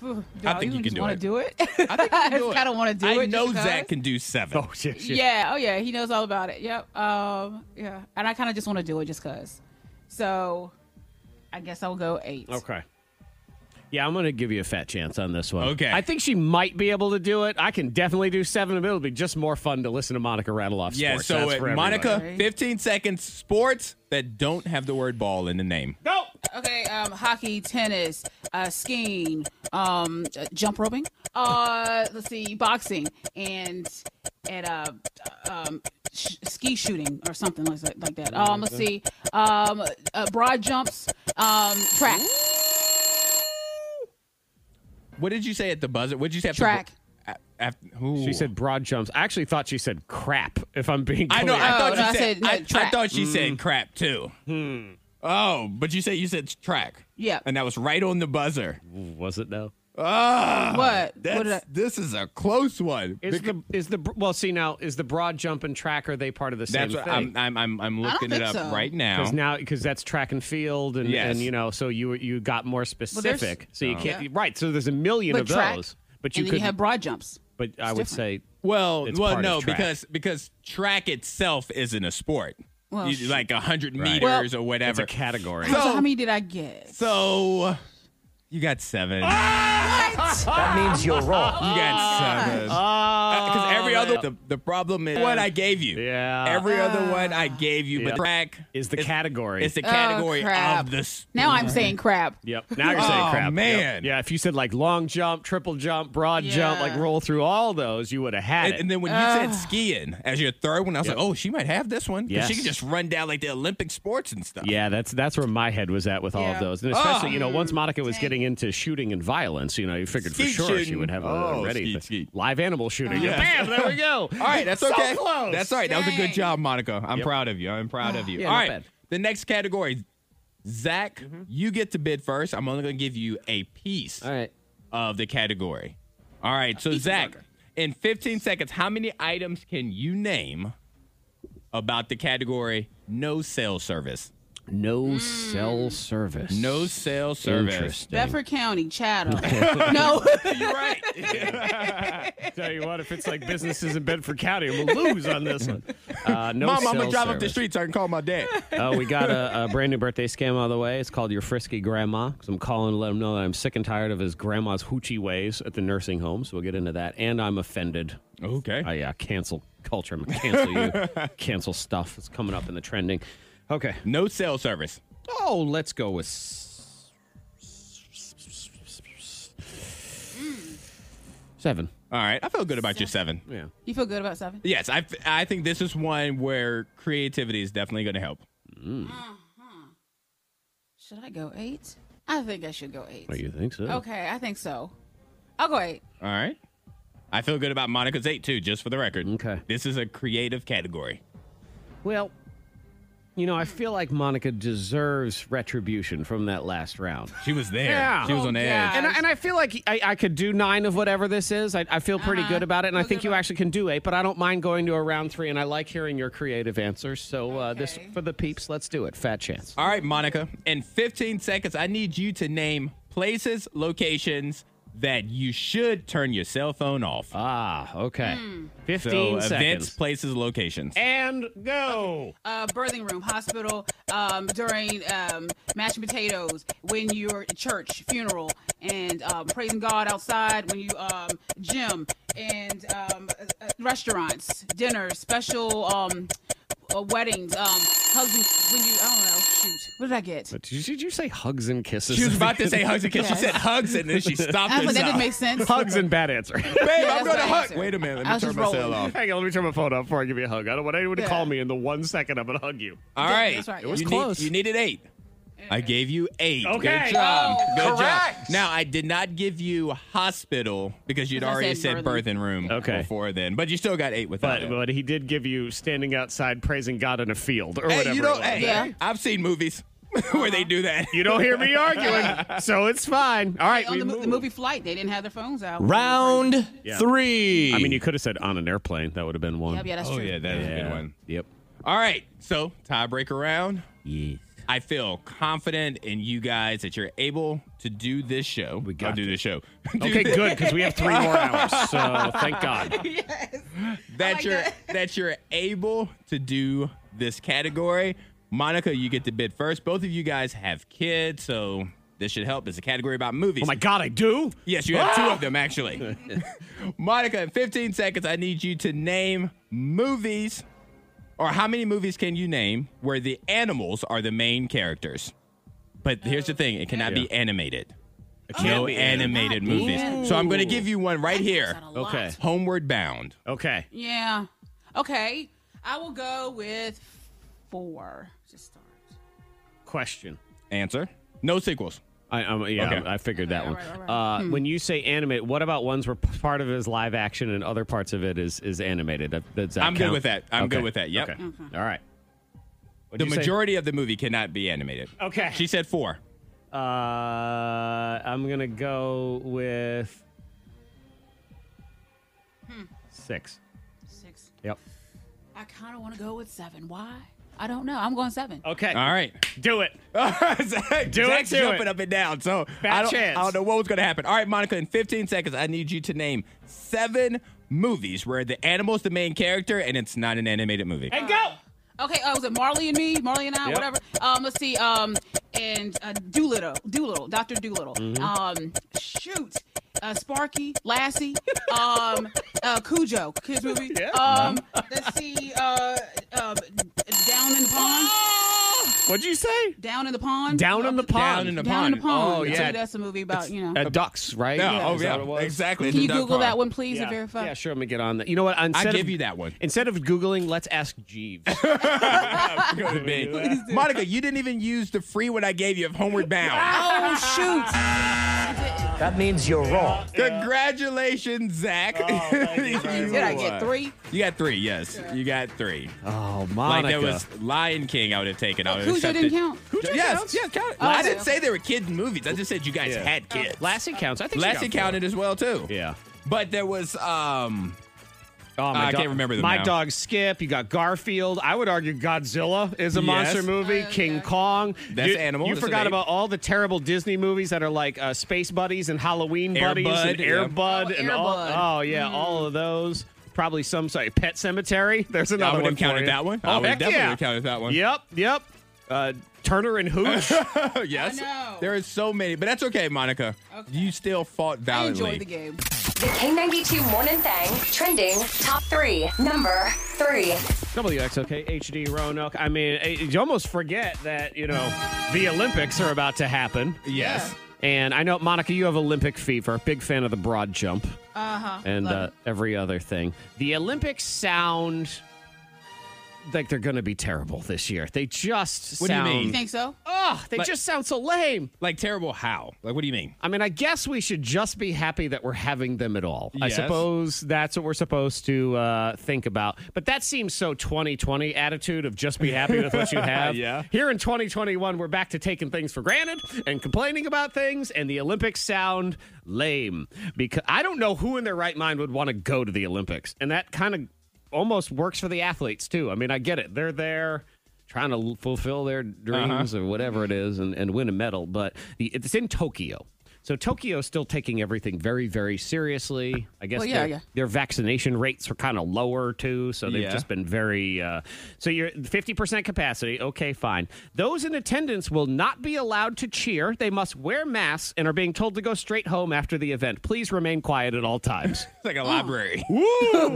[SPEAKER 3] Do
[SPEAKER 2] I think you can
[SPEAKER 3] just
[SPEAKER 2] do
[SPEAKER 3] want
[SPEAKER 2] it.
[SPEAKER 3] to do it?
[SPEAKER 2] I think you can do
[SPEAKER 3] just
[SPEAKER 2] it.
[SPEAKER 3] kind of want to do it.
[SPEAKER 2] I
[SPEAKER 3] just
[SPEAKER 2] know
[SPEAKER 3] because.
[SPEAKER 2] Zach can do seven.
[SPEAKER 1] Oh shit. shit.
[SPEAKER 3] Yeah. Oh, yeah. He knows all about it. Yep. Um. Yeah. And I kind of just want to do it just cause. So, I guess I'll go eight.
[SPEAKER 1] Okay. Yeah, I'm going to give you a fat chance on this one.
[SPEAKER 2] Okay.
[SPEAKER 1] I think she might be able to do it. I can definitely do seven, but it'll be just more fun to listen to Monica rattle off
[SPEAKER 2] Yeah,
[SPEAKER 1] sports.
[SPEAKER 2] so
[SPEAKER 1] That's
[SPEAKER 2] it,
[SPEAKER 1] for
[SPEAKER 2] Monica,
[SPEAKER 3] everybody.
[SPEAKER 2] 15 seconds, sports that don't have the word ball in the name.
[SPEAKER 1] Go!
[SPEAKER 3] Okay. Um. Hockey, tennis, uh, skiing, um, j- jump roping. Uh. Let's see, boxing, and and uh, um, sh- ski shooting or something like that. Like that. Um. Let's see. Um. Uh, broad jumps. Um. Track.
[SPEAKER 2] What did you say at the buzzer? What did you say after?
[SPEAKER 3] Track.
[SPEAKER 2] After, ooh.
[SPEAKER 1] She said broad jumps. I actually thought she said crap, if I'm being
[SPEAKER 2] I
[SPEAKER 1] clear. Mm.
[SPEAKER 2] know. I
[SPEAKER 3] Oh,
[SPEAKER 2] thought
[SPEAKER 3] no,
[SPEAKER 2] you
[SPEAKER 3] I
[SPEAKER 2] said.
[SPEAKER 3] said, no,
[SPEAKER 2] I, I
[SPEAKER 3] track.
[SPEAKER 2] thought she said crap too.
[SPEAKER 1] Hmm.
[SPEAKER 2] Oh, but you said you said track.
[SPEAKER 3] Yeah.
[SPEAKER 2] And that was right on the buzzer.
[SPEAKER 1] Was it, though?
[SPEAKER 2] Ah,
[SPEAKER 3] What? What
[SPEAKER 2] that's-
[SPEAKER 3] did I-
[SPEAKER 2] This is a close one.
[SPEAKER 1] Is
[SPEAKER 2] Because-
[SPEAKER 1] the, is the, well, see now, is the broad jump and track, are they part of the same
[SPEAKER 2] that's what
[SPEAKER 1] thing?
[SPEAKER 2] I'm, I'm. I'm. I'm looking it
[SPEAKER 3] think
[SPEAKER 2] up
[SPEAKER 3] so.
[SPEAKER 2] right now.
[SPEAKER 1] because now because that's track and field and,
[SPEAKER 2] Yes. Oh.
[SPEAKER 1] and you know so you you got more
[SPEAKER 3] there's-
[SPEAKER 1] specific so you can't
[SPEAKER 3] Yeah.
[SPEAKER 1] right so there's a million
[SPEAKER 3] But
[SPEAKER 1] of
[SPEAKER 3] track,
[SPEAKER 1] those but you
[SPEAKER 3] And then you
[SPEAKER 1] could
[SPEAKER 3] have broad jumps.
[SPEAKER 1] but I would
[SPEAKER 3] different.
[SPEAKER 1] say
[SPEAKER 2] well,
[SPEAKER 1] It's
[SPEAKER 2] well,
[SPEAKER 1] part of
[SPEAKER 2] no,
[SPEAKER 1] track.
[SPEAKER 2] because because track itself isn't a sport.
[SPEAKER 3] Well,
[SPEAKER 2] You-
[SPEAKER 3] sh-
[SPEAKER 2] like a hundred
[SPEAKER 1] Right.
[SPEAKER 2] meters
[SPEAKER 3] Well-
[SPEAKER 2] or whatever.
[SPEAKER 1] it's a category
[SPEAKER 3] So,
[SPEAKER 2] So-
[SPEAKER 3] how many did I get?
[SPEAKER 2] so you got seven.
[SPEAKER 1] Ah!
[SPEAKER 5] That means you're wrong.
[SPEAKER 2] You got seven.
[SPEAKER 1] Ah.
[SPEAKER 2] Because every other the, the problem is what I gave you.
[SPEAKER 1] Yeah.
[SPEAKER 2] Every
[SPEAKER 1] Ah.
[SPEAKER 2] other one I gave you, but
[SPEAKER 1] Yeah.
[SPEAKER 2] track
[SPEAKER 1] is the
[SPEAKER 2] it's-
[SPEAKER 1] category
[SPEAKER 2] It's the category
[SPEAKER 3] crap.
[SPEAKER 2] of this.
[SPEAKER 3] Now I'm saying crap.
[SPEAKER 1] Yep. Now you're saying
[SPEAKER 2] Oh,
[SPEAKER 1] crap. Yep.
[SPEAKER 2] man.
[SPEAKER 1] Yeah. If you said like long jump, triple jump, broad jump, like
[SPEAKER 3] Yeah.
[SPEAKER 1] roll through all those, you would have had
[SPEAKER 2] And,
[SPEAKER 1] it.
[SPEAKER 2] and then when you
[SPEAKER 1] Ah.
[SPEAKER 2] said skiing as your third one, I was like, oh, she might have this one. 'Cause
[SPEAKER 1] Yes.
[SPEAKER 2] She can just run down like the Olympic sports and stuff.
[SPEAKER 1] yeah, that's that's where my head was at with all of
[SPEAKER 3] Yeah. Oh.
[SPEAKER 1] those, and especially you know once Monica was getting into shooting and violence, you know you figured for
[SPEAKER 2] Skeet
[SPEAKER 1] sure she
[SPEAKER 2] shooting.
[SPEAKER 1] would have a
[SPEAKER 2] Oh,
[SPEAKER 1] ready
[SPEAKER 2] skeet,
[SPEAKER 1] but
[SPEAKER 2] skeet.
[SPEAKER 1] live animal shooting.
[SPEAKER 2] Yeah.
[SPEAKER 1] Bam! There we go.
[SPEAKER 2] All right, that's okay.
[SPEAKER 1] So close.
[SPEAKER 2] That's all right. That was a good
[SPEAKER 3] Dang.
[SPEAKER 2] job, Monica. I'm proud of you. I'm proud of you.
[SPEAKER 1] Yeah,
[SPEAKER 2] all
[SPEAKER 1] not
[SPEAKER 2] right.
[SPEAKER 1] bad.
[SPEAKER 2] The next category, Zach,
[SPEAKER 1] Mm-hmm.
[SPEAKER 2] you get to bid first. I'm only going to give you a piece.
[SPEAKER 1] right.
[SPEAKER 2] of the category. All right, so
[SPEAKER 3] Pizza
[SPEAKER 2] Zach,
[SPEAKER 3] burger.
[SPEAKER 2] in 15 seconds, how many items can you name about the category no sales service?
[SPEAKER 1] No cell service.
[SPEAKER 2] No sale service.
[SPEAKER 1] Interesting.
[SPEAKER 3] Bedford County, Chatham. no,
[SPEAKER 2] You're right.
[SPEAKER 1] Tell you what, if it's like businesses in Bedford County, I'm gonna lose on this one. Uh, no
[SPEAKER 2] Mom, I'm gonna
[SPEAKER 1] cell
[SPEAKER 2] drive up the
[SPEAKER 1] service.
[SPEAKER 2] street so I can call my dad.
[SPEAKER 1] Uh, we got a, a brand new birthday scam out of the way. It's called Your Frisky Grandma. So I'm calling to let him know that I'm sick and tired of his grandma's hoochie ways at the nursing home. So we'll get into that. And I'm offended.
[SPEAKER 2] Okay.
[SPEAKER 1] I uh, cancel culture. I'm gonna cancel you. cancel stuff. It's coming up in the trending. Okay.
[SPEAKER 2] No cell service.
[SPEAKER 1] Oh, let's go with. s- Seven.
[SPEAKER 2] All right. I feel good about your seven.
[SPEAKER 1] Yeah.
[SPEAKER 3] you feel good about seven?
[SPEAKER 2] Yes, I, I think this is one where creativity is definitely going to help.
[SPEAKER 3] Should I go eight? I think I should go eight.
[SPEAKER 1] Oh, you think so?
[SPEAKER 3] Okay, I think so. I'll go eight.
[SPEAKER 2] All right. I feel good about Monica's eight, too, just for the record.
[SPEAKER 1] Okay.
[SPEAKER 2] This is a creative category.
[SPEAKER 1] Well, you know, I feel like Monica deserves retribution from that last round.
[SPEAKER 2] She was there.
[SPEAKER 1] Yeah.
[SPEAKER 2] She was on the
[SPEAKER 3] Oh,
[SPEAKER 2] edge.
[SPEAKER 3] God.
[SPEAKER 1] And I, and I feel like I, I could do nine of whatever this is. I, I Uh-huh. feel pretty good about it, and I think you actually can do eight. But I don't mind going to a round three, and I like hearing your creative answers. So uh, this
[SPEAKER 3] Okay.
[SPEAKER 1] for the peeps. Let's do it. Fat chance.
[SPEAKER 2] All right, Monica. In 15 seconds, I need you to name places, locations that you should turn your cell phone off.
[SPEAKER 1] Ah, okay.
[SPEAKER 2] so
[SPEAKER 1] Fifteen
[SPEAKER 2] events,
[SPEAKER 1] seconds.
[SPEAKER 2] places, locations.
[SPEAKER 1] and go.
[SPEAKER 3] Uh, birthing room, hospital, um, during um, mashed potatoes, when you're at church, funeral, and um, praising God outside, when you um, gym and um, uh, uh, restaurants, dinners, special um, uh, weddings, um, husbands, when you I don't know. Shoot, what did I get?
[SPEAKER 1] Did you, did you say hugs and kisses?
[SPEAKER 2] She was about to say hugs and kisses. She said hugs and then she stopped
[SPEAKER 3] I
[SPEAKER 2] herself.
[SPEAKER 3] was like, that didn't make sense.
[SPEAKER 1] hugs and bad answer.
[SPEAKER 2] Babe,
[SPEAKER 3] Yeah,
[SPEAKER 2] I'm going
[SPEAKER 3] that's
[SPEAKER 2] to
[SPEAKER 3] my
[SPEAKER 2] hug.
[SPEAKER 3] answer.
[SPEAKER 2] Wait a minute.
[SPEAKER 3] I
[SPEAKER 2] Let me
[SPEAKER 3] was
[SPEAKER 2] turn
[SPEAKER 3] just
[SPEAKER 2] my cell
[SPEAKER 3] rolling.
[SPEAKER 2] off.
[SPEAKER 1] Hang on, let me turn my phone off before I give you a hug. I don't want anyone
[SPEAKER 3] Yeah.
[SPEAKER 1] to call me in the one second I'm gonna hug you.
[SPEAKER 2] All right.
[SPEAKER 3] that's right, It was
[SPEAKER 2] you
[SPEAKER 1] close.
[SPEAKER 2] Need, you needed eight. I gave you eight.
[SPEAKER 1] Okay.
[SPEAKER 2] Good job.
[SPEAKER 3] Oh.
[SPEAKER 2] Good
[SPEAKER 5] Correct.
[SPEAKER 2] job. Now, I did not give you hospital because you'd
[SPEAKER 3] Because I
[SPEAKER 2] already
[SPEAKER 3] said
[SPEAKER 2] said
[SPEAKER 3] birthing.
[SPEAKER 2] birth and room
[SPEAKER 1] Okay.
[SPEAKER 2] before then, but you still got eight without
[SPEAKER 1] But
[SPEAKER 2] it.
[SPEAKER 1] but he did give you standing outside praising God in a field or
[SPEAKER 2] Hey,
[SPEAKER 1] whatever.
[SPEAKER 2] you
[SPEAKER 1] it
[SPEAKER 2] know,
[SPEAKER 1] was.
[SPEAKER 2] hey,
[SPEAKER 3] Yeah.
[SPEAKER 2] I've seen movies where they do that.
[SPEAKER 1] You don't hear me arguing, so it's fine. All right,
[SPEAKER 3] on
[SPEAKER 1] we
[SPEAKER 3] oh, the, mo- the
[SPEAKER 1] move.
[SPEAKER 3] movie Flight, they didn't have their phones out.
[SPEAKER 2] Round
[SPEAKER 1] Yeah.
[SPEAKER 2] three.
[SPEAKER 1] I mean, you could have said on an airplane. That would have been one.
[SPEAKER 3] Yeah, yeah, that's
[SPEAKER 2] Oh,
[SPEAKER 3] true.
[SPEAKER 2] yeah, that is a good one.
[SPEAKER 1] Yep.
[SPEAKER 2] All right. So, tiebreaker round. I feel confident in you guys that you're able to do this show. We
[SPEAKER 1] got
[SPEAKER 2] do
[SPEAKER 1] this.
[SPEAKER 2] this show. Do
[SPEAKER 1] Okay,
[SPEAKER 2] this-
[SPEAKER 1] good because we have three more hours. So thank God.
[SPEAKER 2] that
[SPEAKER 3] like
[SPEAKER 2] you're
[SPEAKER 3] that.
[SPEAKER 2] that. you're able to do this category. Monica, you get to bid first. Both of you guys have kids, so this should help. It's a category about movies.
[SPEAKER 1] Oh my God, I do.
[SPEAKER 2] Yes, you have two of them actually. Monica, in 15 seconds, I need you to name movies, or how many movies can you name where the animals are the main characters? But here's the thing: it cannot be animated. No
[SPEAKER 1] be
[SPEAKER 2] animated
[SPEAKER 3] Not
[SPEAKER 2] movies.
[SPEAKER 3] even.
[SPEAKER 2] So I'm going to give you one right
[SPEAKER 3] That
[SPEAKER 2] here.
[SPEAKER 3] sounded a lot.
[SPEAKER 1] Okay.
[SPEAKER 2] Homeward Bound.
[SPEAKER 1] Okay.
[SPEAKER 3] Yeah. Okay. I will go with four to start.
[SPEAKER 1] Question.
[SPEAKER 2] Answer: No sequels.
[SPEAKER 1] I, um, yeah,
[SPEAKER 2] Okay. Hmm.
[SPEAKER 1] I'm- I figured that
[SPEAKER 3] Okay,
[SPEAKER 1] one.
[SPEAKER 3] all right, all
[SPEAKER 1] Uh, When you say animate, what about ones where p- part of it is live action and other parts of it is is animated? That, does that
[SPEAKER 2] I'm good
[SPEAKER 1] count?
[SPEAKER 2] with that. I'm good with that. Yep.
[SPEAKER 1] Okay. All right.
[SPEAKER 2] The
[SPEAKER 1] you say?
[SPEAKER 2] majority of the movie cannot be animated.
[SPEAKER 1] Okay.
[SPEAKER 2] She said four.
[SPEAKER 1] Uh, I'm gonna go with six.
[SPEAKER 3] Six.
[SPEAKER 1] Yep.
[SPEAKER 3] I kind of want to go with seven. Why? I don't know. I'm going seven.
[SPEAKER 1] Okay.
[SPEAKER 2] All right.
[SPEAKER 1] Do it.
[SPEAKER 2] Zach,
[SPEAKER 1] Do it,
[SPEAKER 2] Zach's
[SPEAKER 1] do it.
[SPEAKER 2] jumping up and down. So
[SPEAKER 1] Bad
[SPEAKER 2] I don't,
[SPEAKER 1] chance.
[SPEAKER 2] I don't know what was going to happen. All right, Monica, in 15 seconds, I need you to name seven movies where the animal's the main character and it's not an animated movie.
[SPEAKER 1] And go.
[SPEAKER 3] Okay. Oh, was it Marley and me? Marley and I,
[SPEAKER 1] Yep.
[SPEAKER 3] whatever. Um, let's see. Um, and uh, Doolittle, Doolittle, Doctor Doolittle.
[SPEAKER 1] Mm-hmm.
[SPEAKER 3] Um, shoot. Uh, Sparky, Lassie, um, uh, Cujo, kids movie.
[SPEAKER 1] Yeah.
[SPEAKER 3] Um, let's see. Uh, um, down in the pond.
[SPEAKER 1] What'd you say?
[SPEAKER 3] Down in the pond.
[SPEAKER 1] Down in the pond.
[SPEAKER 2] Down in the
[SPEAKER 3] Down in the pond.
[SPEAKER 1] Oh,
[SPEAKER 3] So
[SPEAKER 1] yeah.
[SPEAKER 3] that's a movie about you know.
[SPEAKER 1] Uh, ducks, right?
[SPEAKER 2] Yeah,
[SPEAKER 1] Is
[SPEAKER 2] oh,
[SPEAKER 1] that
[SPEAKER 2] yeah.
[SPEAKER 1] what it was?
[SPEAKER 2] Exactly.
[SPEAKER 3] Can you
[SPEAKER 2] It's a duck
[SPEAKER 3] Google
[SPEAKER 2] pond.
[SPEAKER 3] that one, please,
[SPEAKER 1] Yeah.
[SPEAKER 3] to verify?
[SPEAKER 1] Yeah, sure. Let me get on that. You know what? Instead
[SPEAKER 2] give
[SPEAKER 1] of-
[SPEAKER 2] you that one.
[SPEAKER 1] Instead of googling, let's ask Jeeves.
[SPEAKER 2] Could be. Monica, you didn't even use the free one I gave you of Homeward Bound.
[SPEAKER 3] Oh shoot!
[SPEAKER 5] That means you're wrong.
[SPEAKER 2] Congratulations, Zach.
[SPEAKER 1] Oh,
[SPEAKER 3] Did I get three?
[SPEAKER 2] You got three, yes. You got three.
[SPEAKER 1] oh,
[SPEAKER 2] Like
[SPEAKER 1] Monica.
[SPEAKER 2] that was Lion King. I would have taken. I would have
[SPEAKER 3] Cujo didn't
[SPEAKER 2] accepted.
[SPEAKER 3] count.
[SPEAKER 2] Cujo yes, yes, count. it.
[SPEAKER 3] Oh,
[SPEAKER 2] I
[SPEAKER 3] okay.
[SPEAKER 2] didn't say they were kid movies. I just said you guys
[SPEAKER 1] Yeah.
[SPEAKER 3] Oh,
[SPEAKER 2] had kids.
[SPEAKER 1] Lassie counts. I think she
[SPEAKER 2] Lassie
[SPEAKER 1] got four.
[SPEAKER 2] counted as well too.
[SPEAKER 1] Yeah.
[SPEAKER 2] but there was um,
[SPEAKER 1] Oh,
[SPEAKER 2] I can't remember them
[SPEAKER 1] My
[SPEAKER 2] now.
[SPEAKER 1] dog Skip. You got Garfield. I would argue Godzilla is a
[SPEAKER 2] Yes.
[SPEAKER 1] monster movie.
[SPEAKER 3] Oh,
[SPEAKER 1] King Kong.
[SPEAKER 2] That's
[SPEAKER 1] you,
[SPEAKER 2] animal.
[SPEAKER 1] You
[SPEAKER 2] That's an
[SPEAKER 1] forgot
[SPEAKER 2] ape.
[SPEAKER 1] about all the terrible Disney movies that are like uh, Space Buddies and Halloween
[SPEAKER 2] Air
[SPEAKER 1] Buddies
[SPEAKER 2] Bud,
[SPEAKER 1] and Air
[SPEAKER 2] yeah.
[SPEAKER 1] Bud
[SPEAKER 3] Oh,
[SPEAKER 1] and
[SPEAKER 3] Air
[SPEAKER 1] all.
[SPEAKER 3] Bud. Mm.
[SPEAKER 1] Oh yeah, all of those. Probably some sorry, Pet Cemetery. There's another
[SPEAKER 2] I would
[SPEAKER 1] one.
[SPEAKER 2] have
[SPEAKER 1] for you.
[SPEAKER 2] counted that one.
[SPEAKER 1] Oh,
[SPEAKER 2] I would
[SPEAKER 1] heck
[SPEAKER 2] definitely
[SPEAKER 1] yeah.
[SPEAKER 2] have counted that one.
[SPEAKER 1] Yep, yep. Uh, Turner and Hooch.
[SPEAKER 2] Oh, yes.
[SPEAKER 3] know.
[SPEAKER 2] There is so many, but that's okay, Monica. You still fought
[SPEAKER 3] I
[SPEAKER 2] valiantly.
[SPEAKER 3] enjoyed the game.
[SPEAKER 4] The K92 Morning Thing trending top three. Number three.
[SPEAKER 1] WXOK HD Roanoke. I mean, eh, you almost forget that, you know, the Olympics are about to happen.
[SPEAKER 2] Yes.
[SPEAKER 1] And I know, Monica, you have Olympic fever. Big fan of the broad jump. Uh-huh. And uh, every other thing. The Olympics sound like they're going to be terrible this year. They just
[SPEAKER 2] What do you
[SPEAKER 1] sound.
[SPEAKER 2] mean?
[SPEAKER 3] You think so?
[SPEAKER 1] Oh, they just sound so lame.
[SPEAKER 2] Like terrible how? Like what do you mean?
[SPEAKER 1] I mean, I guess we should just be happy that we're having them at all. I
[SPEAKER 2] Yes.
[SPEAKER 1] suppose that's what we're supposed to uh, think about. But that seems so 2020 attitude of just be happy with what you have.
[SPEAKER 2] Yeah.
[SPEAKER 1] Here in 2021, we're back to taking things for granted and complaining about things, and the Olympics sound lame because I don't know who in their right mind would want to go to the Olympics, and that kind of almost works for the athletes too. I mean, I get it; they're there trying to fulfill their dreams or whatever it is and, and win a medal, but the, it's in Tokyo. So Tokyo's still taking everything very, very seriously. I guess
[SPEAKER 3] Well, yeah,
[SPEAKER 1] their,
[SPEAKER 3] yeah.
[SPEAKER 1] their vaccination rates are kind of lower too, so they've
[SPEAKER 2] Yeah.
[SPEAKER 1] just been been very uh, so you're 50% capacity okay fine those in attendance will not be allowed to cheer they must wear masks and are being told to go straight home after the event please remain quiet at all times
[SPEAKER 2] It's
[SPEAKER 3] Oh.
[SPEAKER 2] like a library.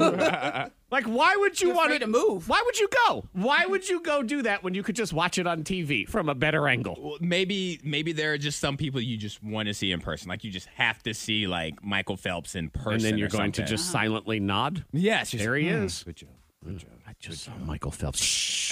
[SPEAKER 1] like why would you
[SPEAKER 3] You're
[SPEAKER 1] want
[SPEAKER 3] free to move.
[SPEAKER 1] why would you go why would you go do that when you could just watch it on tv from a better angle
[SPEAKER 2] Well, maybe maybe there are just some people you just want to see in person. Like you just have to see like Michael Phelps in person.
[SPEAKER 1] and then
[SPEAKER 2] or
[SPEAKER 1] you're going to
[SPEAKER 2] something.
[SPEAKER 1] just
[SPEAKER 3] Uh-huh.
[SPEAKER 1] silently nod
[SPEAKER 2] yes, just,
[SPEAKER 1] there he
[SPEAKER 2] "Hmm,
[SPEAKER 1] is
[SPEAKER 2] Good job.
[SPEAKER 1] I just saw Michael Phelps. Shh.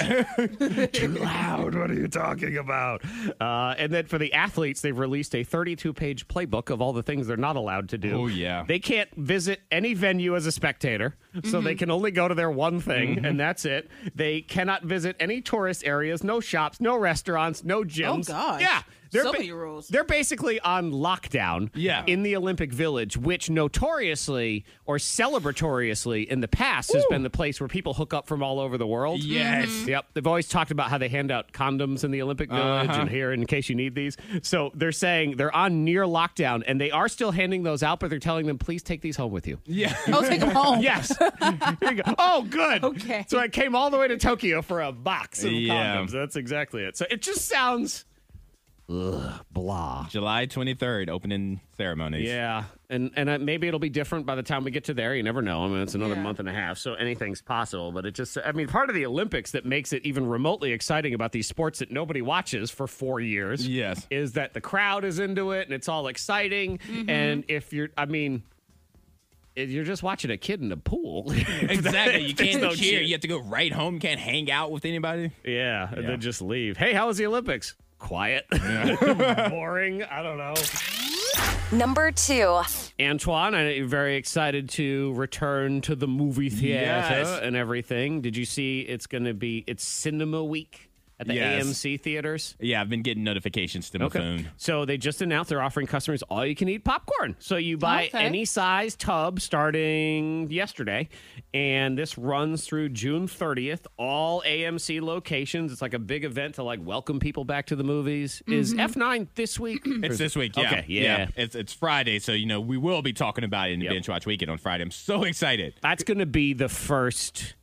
[SPEAKER 1] Too loud. What are you talking about? Uh, and then for the athletes, they've released a 32 page playbook of all the things they're not allowed to do.
[SPEAKER 2] Oh, yeah.
[SPEAKER 1] They can't visit any venue as a spectator, so
[SPEAKER 3] Mm-hmm.
[SPEAKER 1] they can only go to their one thing,
[SPEAKER 2] Mm-hmm.
[SPEAKER 1] and that's it. They cannot visit any tourist areas, no shops, no restaurants, no gyms.
[SPEAKER 3] Oh, gosh.
[SPEAKER 1] Yeah.
[SPEAKER 3] So many rules.
[SPEAKER 1] They're basically on lockdown
[SPEAKER 2] Yeah.
[SPEAKER 1] in the Olympic Village, which notoriously or celebratoriously in the past has been the place where people hook up from all over the world.
[SPEAKER 2] Yes. Uh-huh.
[SPEAKER 1] Yep. They've always talked about how they hand out condoms in the Olympic Village and here in case you need these. So they're saying they're on near lockdown and they are still handing those out, but they're telling them, please take these home with you.
[SPEAKER 3] Oh, take them home.
[SPEAKER 1] Yes. Here you go. Oh, good.
[SPEAKER 3] Okay.
[SPEAKER 1] So I came all the way to Tokyo for a box of
[SPEAKER 2] Yeah.
[SPEAKER 1] condoms. That's exactly it. So it just sounds ugh, blah.
[SPEAKER 2] July 23rd, opening ceremonies.
[SPEAKER 1] Yeah, and and uh, maybe it'll be different by the time we get to there. You never know. I mean, it's another
[SPEAKER 3] Yeah.
[SPEAKER 1] month and a half, so anything's possible. But it just—I mean, part of the Olympics that makes it even remotely exciting about these sports that nobody watches for four years,
[SPEAKER 2] Yes.
[SPEAKER 1] is that the crowd is into it and it's all exciting. And if you're—I mean, if you're just watching a kid in a pool,
[SPEAKER 2] Exactly. You
[SPEAKER 1] There's
[SPEAKER 2] can't
[SPEAKER 1] no
[SPEAKER 2] cheer.
[SPEAKER 1] cheer.
[SPEAKER 2] You have to go right home. You Can't hang out with anybody.
[SPEAKER 1] Yeah, and then just leave. Hey, how was the Olympics? Quiet, boring. I don't know.
[SPEAKER 4] Number two.
[SPEAKER 1] Antoine, I know you're very excited to return to the movie theater
[SPEAKER 2] Yes.
[SPEAKER 1] and everything. Did you see it's going to be it's Cinema Week at the
[SPEAKER 2] Yes.
[SPEAKER 1] AMC theaters?
[SPEAKER 2] Yeah, I've been getting notifications to my phone.
[SPEAKER 1] So they just announced they're offering customers all you can eat popcorn. So you buy
[SPEAKER 3] Okay.
[SPEAKER 1] any size tub starting yesterday, and this runs through June 30th. All AMC locations. It's like a big event to like welcome people back to the movies. Is F9 this week?
[SPEAKER 2] It's this week, yeah.
[SPEAKER 1] Okay, yeah.
[SPEAKER 2] It's it's Friday, so you know we will be talking about it in the
[SPEAKER 1] Yep.
[SPEAKER 2] binge watch weekend on Friday. I'm so excited.
[SPEAKER 1] That's going to be the first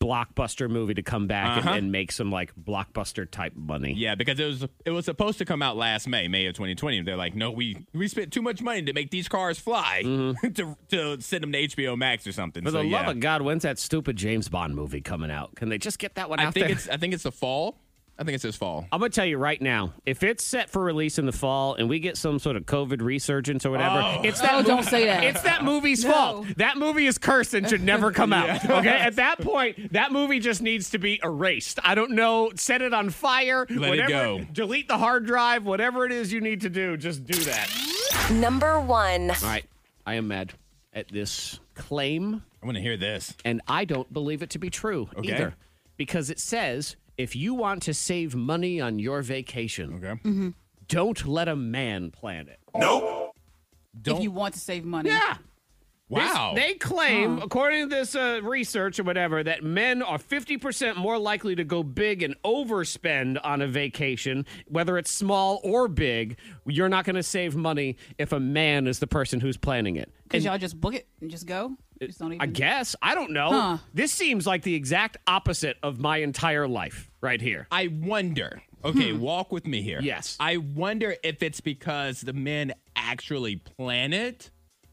[SPEAKER 1] blockbuster movie to come back and, and make some like blockbuster type money.
[SPEAKER 2] Uh-huh. Yeah, because it was it was supposed to come out last May, May of 2020. They're like, no, we we spent too much money to make these cars fly to to send them to HBO Max or something.
[SPEAKER 1] For
[SPEAKER 2] so,
[SPEAKER 1] the
[SPEAKER 2] yeah.
[SPEAKER 1] love of God, when's that stupid James Bond movie coming out? Can they just get that one
[SPEAKER 2] I
[SPEAKER 1] out
[SPEAKER 2] think
[SPEAKER 1] there?
[SPEAKER 2] it's I think it's the fall. I think it's this fall.
[SPEAKER 1] I'm going to tell you right now, if it's set for release in the fall and we get some sort of COVID resurgence or whatever, it's that
[SPEAKER 3] Oh,
[SPEAKER 1] mo-
[SPEAKER 3] don't say that.
[SPEAKER 1] It's that movie's fault. That movie is cursed and should never come out. Okay? At that point, that movie just needs to be erased. I don't know, set it on fire,
[SPEAKER 2] Let it
[SPEAKER 1] whatever,
[SPEAKER 2] go.
[SPEAKER 1] delete the hard drive, whatever it is you need to do, just do that.
[SPEAKER 4] Number one.
[SPEAKER 1] All right, I am mad at this claim,
[SPEAKER 2] I want to hear this.
[SPEAKER 1] and I don't believe it to be true
[SPEAKER 2] Okay.
[SPEAKER 1] either, because it says if you want to save money on your vacation,
[SPEAKER 2] Okay.
[SPEAKER 1] don't let a man plan it.
[SPEAKER 6] Nope.
[SPEAKER 2] Don't.
[SPEAKER 3] If you want to save money.
[SPEAKER 1] Yeah. This-
[SPEAKER 2] Wow.
[SPEAKER 1] they claim, according to this uh, research or whatever, that men are 50% more likely to go big and overspend on a vacation, whether it's small or big. You're not going to save money if a man is the person who's planning it.
[SPEAKER 3] Because y'all just book it and just go. Just don't even.
[SPEAKER 1] I guess. I don't know.
[SPEAKER 3] Huh.
[SPEAKER 1] This seems like the exact opposite of my entire life right here.
[SPEAKER 2] I wonder. Okay, walk with me here.
[SPEAKER 1] Hmm. Yes.
[SPEAKER 2] I wonder if it's because the men actually plan it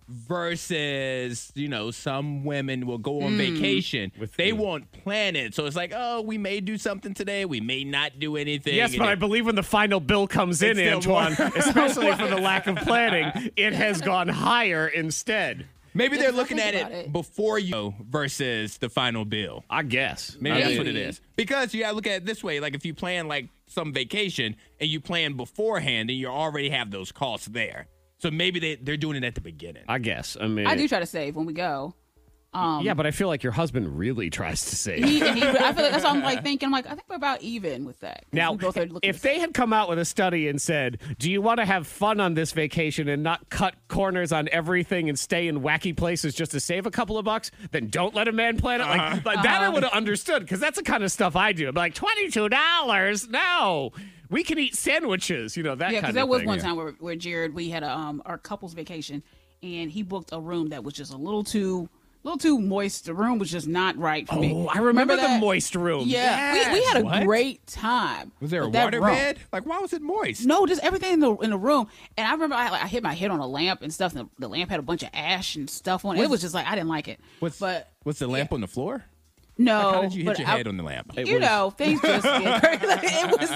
[SPEAKER 2] versus, you know, some women will go
[SPEAKER 1] Hmm.
[SPEAKER 2] on vacation. they won't plan it. So it's like, oh, we may do something today. We may not do anything.
[SPEAKER 1] Yes,
[SPEAKER 2] And
[SPEAKER 1] but I
[SPEAKER 2] it-
[SPEAKER 1] believe when the final bill comes in,
[SPEAKER 2] It's still
[SPEAKER 1] Antoine, especially for the lack of planning, it has gone higher instead.
[SPEAKER 2] maybe
[SPEAKER 3] Yeah,
[SPEAKER 2] they're
[SPEAKER 3] I
[SPEAKER 2] looking at
[SPEAKER 3] think
[SPEAKER 2] it,
[SPEAKER 3] about it.
[SPEAKER 2] before you versus the final bill.
[SPEAKER 1] I guess.
[SPEAKER 2] Maybe, that's what it
[SPEAKER 3] Maybe.
[SPEAKER 2] is. Because you gotta look at it this way: like if you plan like some vacation and you plan beforehand, and you already have those costs there. So maybe they they're doing it at the beginning.
[SPEAKER 1] I guess. I mean,
[SPEAKER 3] I do try to save when we go.
[SPEAKER 1] yeah, but I feel like your husband really tries to save.
[SPEAKER 3] He, and he, I feel like that's what I'm like thinking. I'm like, I think we're about even with that. 'Cause
[SPEAKER 1] Now,
[SPEAKER 3] we both are looking
[SPEAKER 1] if
[SPEAKER 3] the
[SPEAKER 1] they had come out with a study and said, "Do you want to have fun on this vacation and not cut corners on everything and stay in wacky places just to save a couple of bucks?" Then don't let a man plan it. Like, like that, I
[SPEAKER 3] Uh-huh.
[SPEAKER 1] would have understood because that's the kind of stuff I do. I'm like twenty-two dollars. No, we can eat sandwiches. You know that.
[SPEAKER 3] Yeah,
[SPEAKER 1] because
[SPEAKER 3] because there was one time where, where Jared, we had a, um, our couple's vacation, and he booked a room that was just a little too, little too moist. The room was just not right for me.
[SPEAKER 1] Oh, I remember, the
[SPEAKER 3] that?
[SPEAKER 1] moist room.
[SPEAKER 3] Yeah, we, we had a
[SPEAKER 2] What?
[SPEAKER 3] great time.
[SPEAKER 2] Was there a
[SPEAKER 3] with that
[SPEAKER 2] water
[SPEAKER 3] room.
[SPEAKER 2] bed? Like why was it moist?
[SPEAKER 3] No, just everything in the in the room. And I remember I, like, I hit my head on a lamp and stuff, and the, the lamp had a bunch of ash and stuff on it. It was just like I didn't like it.
[SPEAKER 2] What's
[SPEAKER 3] but
[SPEAKER 2] what's the lamp on the floor?
[SPEAKER 3] no,
[SPEAKER 2] How did you hit
[SPEAKER 3] but
[SPEAKER 2] your
[SPEAKER 3] I-
[SPEAKER 2] head on the lamp?
[SPEAKER 3] you know, things just get crazy. it was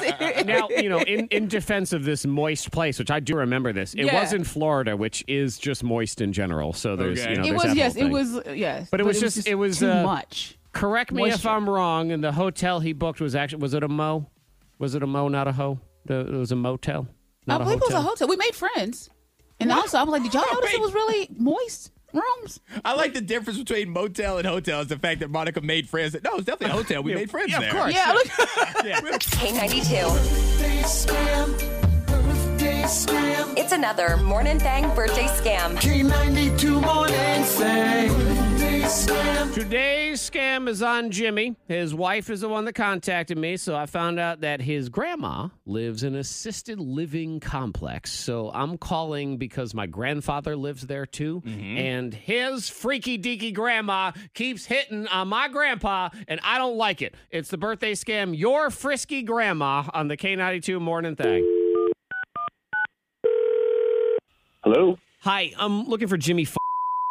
[SPEAKER 1] now you know in, in defense of this moist place which i do remember this it
[SPEAKER 3] Yeah.
[SPEAKER 1] was in florida which is just moist in general so there's
[SPEAKER 2] Okay.
[SPEAKER 1] you know
[SPEAKER 3] It
[SPEAKER 1] there's
[SPEAKER 3] was
[SPEAKER 1] that
[SPEAKER 3] yes,
[SPEAKER 1] whole
[SPEAKER 3] it
[SPEAKER 1] thing.
[SPEAKER 3] was uh, yes,
[SPEAKER 1] But it was just- it was,
[SPEAKER 3] too
[SPEAKER 1] uh,
[SPEAKER 3] much.
[SPEAKER 1] correct me if
[SPEAKER 3] moisture.
[SPEAKER 1] i'm wrong and the hotel he booked was actually was it a mo was it a mo not a ho The- it was a motel
[SPEAKER 3] I
[SPEAKER 1] not a
[SPEAKER 3] believe it was
[SPEAKER 1] hotel
[SPEAKER 3] a hotel. We made friends, and also I'm like, did y'all notice it was really moist rooms?
[SPEAKER 2] I like the difference between motel and hotel is the fact that Monica made friends. No, it's definitely a hotel. We made friends
[SPEAKER 1] yeah, of
[SPEAKER 2] there.
[SPEAKER 1] course.
[SPEAKER 3] Yeah, look,
[SPEAKER 4] K92. It's another morning thing birthday scam.
[SPEAKER 5] K92 morning thing.
[SPEAKER 1] Today's scam is on Jimmy. His wife is the one that contacted me, so I found out that his grandma lives in an assisted living complex. So I'm calling because my grandfather lives there too, and his freaky deaky grandma keeps hitting on my grandpa, and I don't like it. It's the birthday scam, Your Frisky Grandma, on the K92 Morning Thing.
[SPEAKER 7] Hello,
[SPEAKER 1] Hi, I'm looking for Jimmy, F-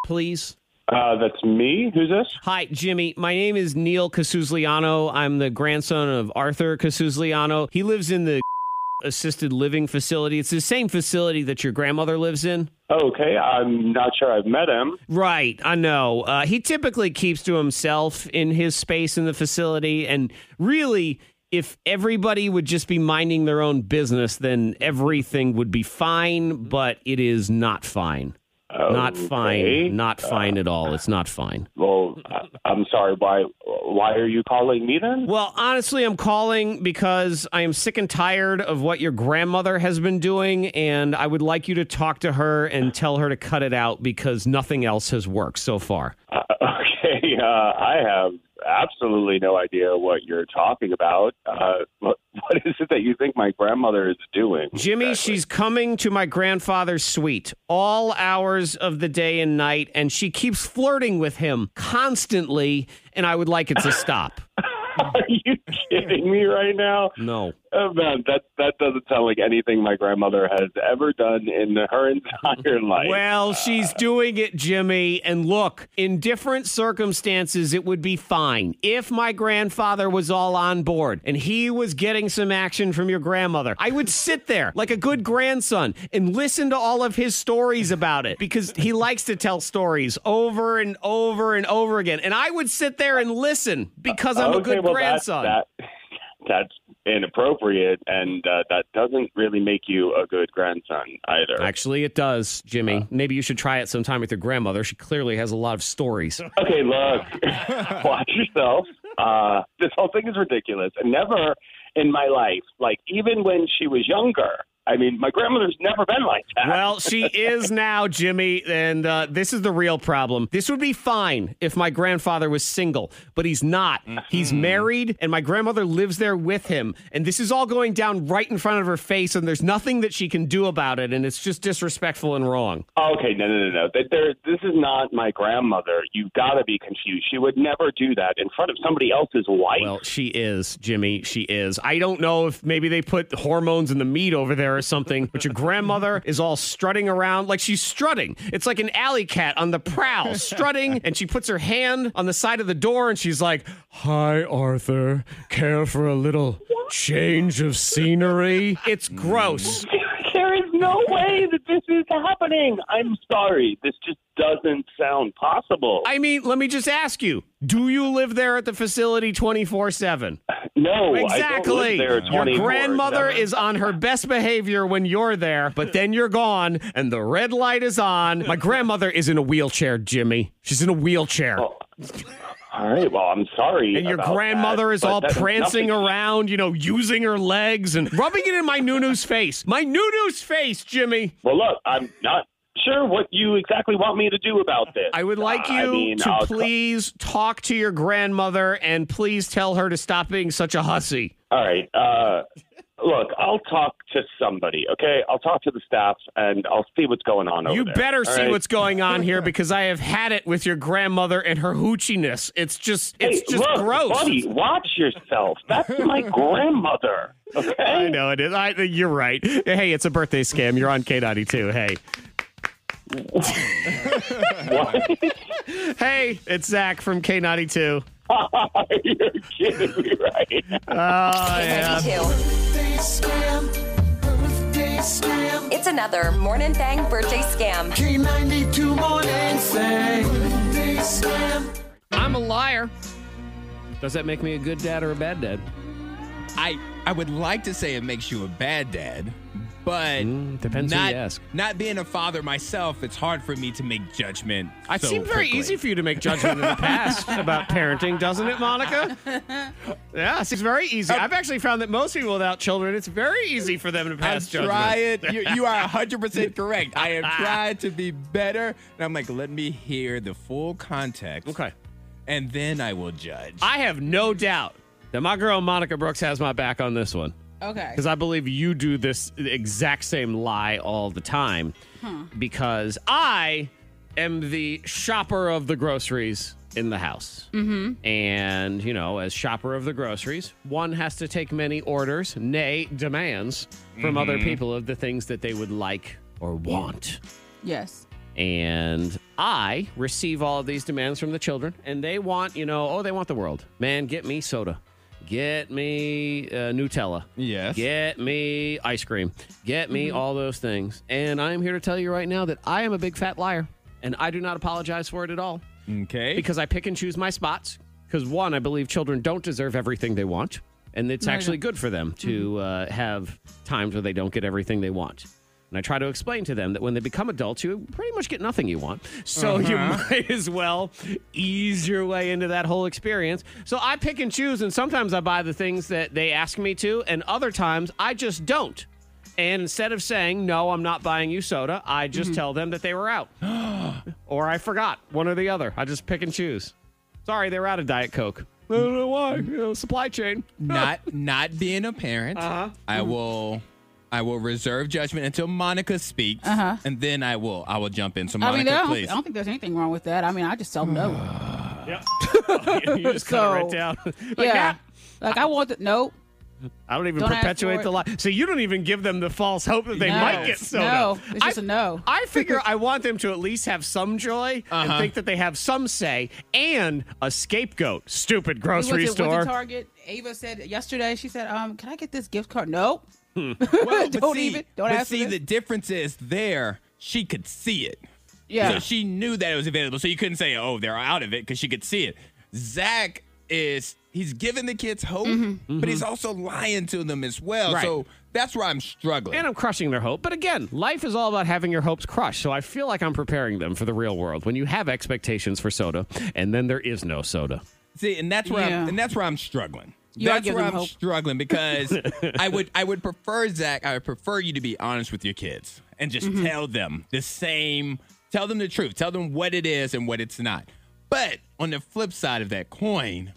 [SPEAKER 1] please.
[SPEAKER 7] uh, that's me. Who's this?
[SPEAKER 1] Hi, Jimmy. My name is Neil Casuzliano. I'm the grandson of Arthur Casuzliano. He lives in the assisted living facility. It's the same facility that your grandmother lives in.
[SPEAKER 7] Oh, Okay, I'm not sure I've met him.
[SPEAKER 1] Right, I know. Uh, he typically keeps to himself in his space in the facility. And really, if everybody would just be minding their own business, then everything would be fine, but it is not fine. Not
[SPEAKER 7] Okay.
[SPEAKER 1] fine. Not fine at all. It's not fine.
[SPEAKER 7] Well, I, I'm sorry. Why? Why are you calling me then?
[SPEAKER 1] Well, honestly, I'm calling because I am sick and tired of what your grandmother has been doing, and I would like you to talk to her and tell her to cut it out because nothing else has worked so far.
[SPEAKER 7] Uh, okay, uh, I have absolutely no idea what you're talking about. Uh, what, what is it that you think my grandmother is doing?
[SPEAKER 1] Jimmy,
[SPEAKER 7] exactly?
[SPEAKER 1] she's coming to my grandfather's suite all hours of the day and night, and she keeps flirting with him constantly, and I would like it to stop.
[SPEAKER 7] Are you kidding me right now?
[SPEAKER 1] No.
[SPEAKER 7] Oh man, that that doesn't sound like anything my grandmother has ever done in her entire life.
[SPEAKER 1] Well, she's doing it, Jimmy. And look, in different circumstances, it would be fine if my grandfather was all on board and he was getting some action from your grandmother. I would sit there like a good grandson and listen to all of his stories about it because he likes to tell stories over and over and over again. And I would sit there and listen because I'm a
[SPEAKER 7] okay,
[SPEAKER 1] good
[SPEAKER 7] well,
[SPEAKER 1] grandson.
[SPEAKER 7] That, that, that's inappropriate, and uh, that doesn't really make you a good grandson either.
[SPEAKER 1] Actually, it does, Jimmy.
[SPEAKER 7] Uh.
[SPEAKER 1] Maybe you should try it sometime with your grandmother. She clearly has a lot of stories.
[SPEAKER 7] okay, look, watch yourself. Uh, this whole thing is ridiculous. And never in my life, like even when she was younger, I mean, my grandmother's never been like that.
[SPEAKER 1] Well, she is now, Jimmy, and uh, this is the real problem. This would be fine if my grandfather was single, but he's not. He's married, and my grandmother lives there with him. And this is all going down right in front of her face, and there's nothing that she can do about it. And it's just disrespectful and wrong.
[SPEAKER 7] Oh, Okay, no, no, no, no. That there, this is not my grandmother. You've got to be confused. She would never do that in front of somebody else's wife.
[SPEAKER 1] Well, she is, Jimmy. She is. I don't know if maybe they put hormones in the meat over there or something, but your grandmother is all strutting around like she's strutting. It's like an alley cat on the prowl, strutting, and she puts her hand on the side of the door and she's like, Hi, Arthur. Care for a little change of scenery? It's gross.
[SPEAKER 7] there is no way that this is happening. I'm sorry. This just doesn't sound possible.
[SPEAKER 1] I mean, let me just ask you do you live there at the facility 24 7?
[SPEAKER 7] no,
[SPEAKER 1] Exactly.
[SPEAKER 7] I don't live there
[SPEAKER 1] Your
[SPEAKER 7] 24.
[SPEAKER 1] grandmother
[SPEAKER 7] Never.
[SPEAKER 1] is on her best behavior when you're there, but then you're gone and the red light is on. My grandmother is in a wheelchair, Jimmy. She's in a wheelchair.
[SPEAKER 7] All right. Well, I'm sorry.
[SPEAKER 1] and your
[SPEAKER 7] Oh, about
[SPEAKER 1] grandmother
[SPEAKER 7] that,
[SPEAKER 1] is
[SPEAKER 7] but
[SPEAKER 1] all
[SPEAKER 7] that has
[SPEAKER 1] prancing
[SPEAKER 7] nothing-
[SPEAKER 1] around, you know, using her legs and rubbing it in my Nunu's face. My Nunu's face, Jimmy.
[SPEAKER 7] Well, look, I'm not sure what you exactly want me to do about this.
[SPEAKER 1] I would like
[SPEAKER 7] Uh,
[SPEAKER 1] you
[SPEAKER 7] I mean,
[SPEAKER 1] to
[SPEAKER 7] I'll-
[SPEAKER 1] please talk to your grandmother and please tell her to stop being such a hussy.
[SPEAKER 7] All right. Uh, look, I'll talk to somebody. Okay, I'll talk to the staff and I'll see what's going on over
[SPEAKER 1] You
[SPEAKER 7] there.
[SPEAKER 1] better
[SPEAKER 7] all
[SPEAKER 1] see
[SPEAKER 7] right?
[SPEAKER 1] what's going on here because I have had it with your grandmother and her hoochiness. It's just it's
[SPEAKER 7] Hey,
[SPEAKER 1] just
[SPEAKER 7] look,
[SPEAKER 1] gross.
[SPEAKER 7] buddy, watch yourself. That's my grandmother. Okay.
[SPEAKER 1] I know it is. I, you're right. Hey, it's a birthday scam. You're on K92. Hey. hey, it's Zach from K92.
[SPEAKER 7] You're kidding me, right?
[SPEAKER 4] K92.
[SPEAKER 5] Birthday scam. Birthday scam.
[SPEAKER 4] It's another Morning Thang birthday scam.
[SPEAKER 5] K92 morning thing. Birthday scam.
[SPEAKER 1] I'm a liar. Does that make me a good dad or a bad dad?
[SPEAKER 2] I I would like to say it makes you a bad dad, but
[SPEAKER 1] Mm, depends who
[SPEAKER 2] not,
[SPEAKER 1] you ask.
[SPEAKER 2] Not being a father myself, it's hard for me to make judgment.
[SPEAKER 1] It
[SPEAKER 2] so
[SPEAKER 1] seemed very
[SPEAKER 2] quickly.
[SPEAKER 1] easy for you to make judgment in the past about parenting, doesn't it, Monica? Yeah, it seems very easy. I've actually found that most people without children, it's very easy for them to
[SPEAKER 2] Uh, I'm
[SPEAKER 1] pass judgment.
[SPEAKER 2] trying. You, you are 100% correct. I am trying to be better. And I'm like, let me hear the full context.
[SPEAKER 1] Okay.
[SPEAKER 2] And then I will judge.
[SPEAKER 1] I have no doubt that my girl Monica Brooks has my back on this one.
[SPEAKER 3] Okay.
[SPEAKER 1] Because I believe you do this exact same lie all the time. Because I am the shopper of the groceries in the house. Mm-hmm. And, you know, as shopper of the groceries, one has to take many orders, nay, demands from other people of the things that they would like or want.
[SPEAKER 3] Yes.
[SPEAKER 1] And I receive all of these demands from the children, and they want, you know, oh, they want the world. Man, get me soda. Get me uh, Nutella.
[SPEAKER 2] Yes.
[SPEAKER 1] Get me ice cream. Get me all those things. And I am here to tell you right now that I am a big fat liar, and I do not apologize for it at all
[SPEAKER 2] okay.
[SPEAKER 1] because I pick and choose my spots. Because one, I believe children don't deserve everything they want, and it's actually good for them to uh, have times where they don't get everything they want. And I try to explain to them that when they become adults, you pretty much get nothing you want. So you might as well ease your way into that whole experience. So I pick and choose, and sometimes I buy the things that they ask me to, and other times I just don't. And instead of saying, no, I'm not buying you soda, I just tell them that they were out or I forgot one or the other. I just pick and choose. Sorry, they were out of Diet Coke. I don't know why. You know, supply chain.
[SPEAKER 2] not not being a parent,
[SPEAKER 1] Uh-huh.
[SPEAKER 2] I
[SPEAKER 1] Hmm.
[SPEAKER 2] will I will reserve judgment until Monica speaks, and then I will I will jump in. So
[SPEAKER 3] I
[SPEAKER 2] Monica,
[SPEAKER 3] mean, I don't, I
[SPEAKER 2] please.
[SPEAKER 3] don't think there's anything wrong with that. I mean, I just tell them no.
[SPEAKER 1] you just cut it right
[SPEAKER 3] So,
[SPEAKER 1] down. like,
[SPEAKER 3] yeah.
[SPEAKER 1] "Ah,
[SPEAKER 3] Like I want the no.
[SPEAKER 1] I don't even
[SPEAKER 3] Don't ask for
[SPEAKER 1] perpetuate
[SPEAKER 3] it.
[SPEAKER 1] the lie. So you don't even give them the false hope that they
[SPEAKER 3] No.
[SPEAKER 1] might get soda.
[SPEAKER 3] No, it's just
[SPEAKER 1] I-
[SPEAKER 3] a no. Uh-huh.
[SPEAKER 1] I figure I want them to at least have some joy and think that they have some say and a scapegoat. Stupid
[SPEAKER 3] We went
[SPEAKER 1] grocery
[SPEAKER 3] to, went to
[SPEAKER 1] store.
[SPEAKER 3] Target. Ava said yesterday. She said, "Um, can I get this gift card?" No.
[SPEAKER 2] Well, but
[SPEAKER 3] Don't
[SPEAKER 2] see,
[SPEAKER 3] even- don't
[SPEAKER 2] but
[SPEAKER 3] ask for
[SPEAKER 2] see,
[SPEAKER 3] this.
[SPEAKER 2] the difference is there. She could see it,
[SPEAKER 3] Yeah.
[SPEAKER 2] so she knew that it was available. So you couldn't say, "Oh, they're out of it," because she could see it. Zach is he's giving the kids hope,
[SPEAKER 3] Mm-hmm.
[SPEAKER 2] but he's also lying to them as well.
[SPEAKER 1] Right.
[SPEAKER 2] So that's where I'm struggling.
[SPEAKER 1] And I'm crushing their hope. But again, life is all about having your hopes crushed. So I feel like I'm preparing them for the real world when you have expectations for soda and then there is no soda.
[SPEAKER 2] see, and that's where I'm,
[SPEAKER 3] Yeah.
[SPEAKER 2] and that's where I'm struggling.
[SPEAKER 3] You gotta
[SPEAKER 2] That's
[SPEAKER 3] give
[SPEAKER 2] where
[SPEAKER 3] them
[SPEAKER 2] I'm
[SPEAKER 3] hope.
[SPEAKER 2] struggling because I would I would prefer Zach. I would prefer you to be honest with your kids and just
[SPEAKER 3] Mm-hmm.
[SPEAKER 2] tell them the same. Tell them the truth. Tell them what it is and what it's not. But on the flip side of that coin,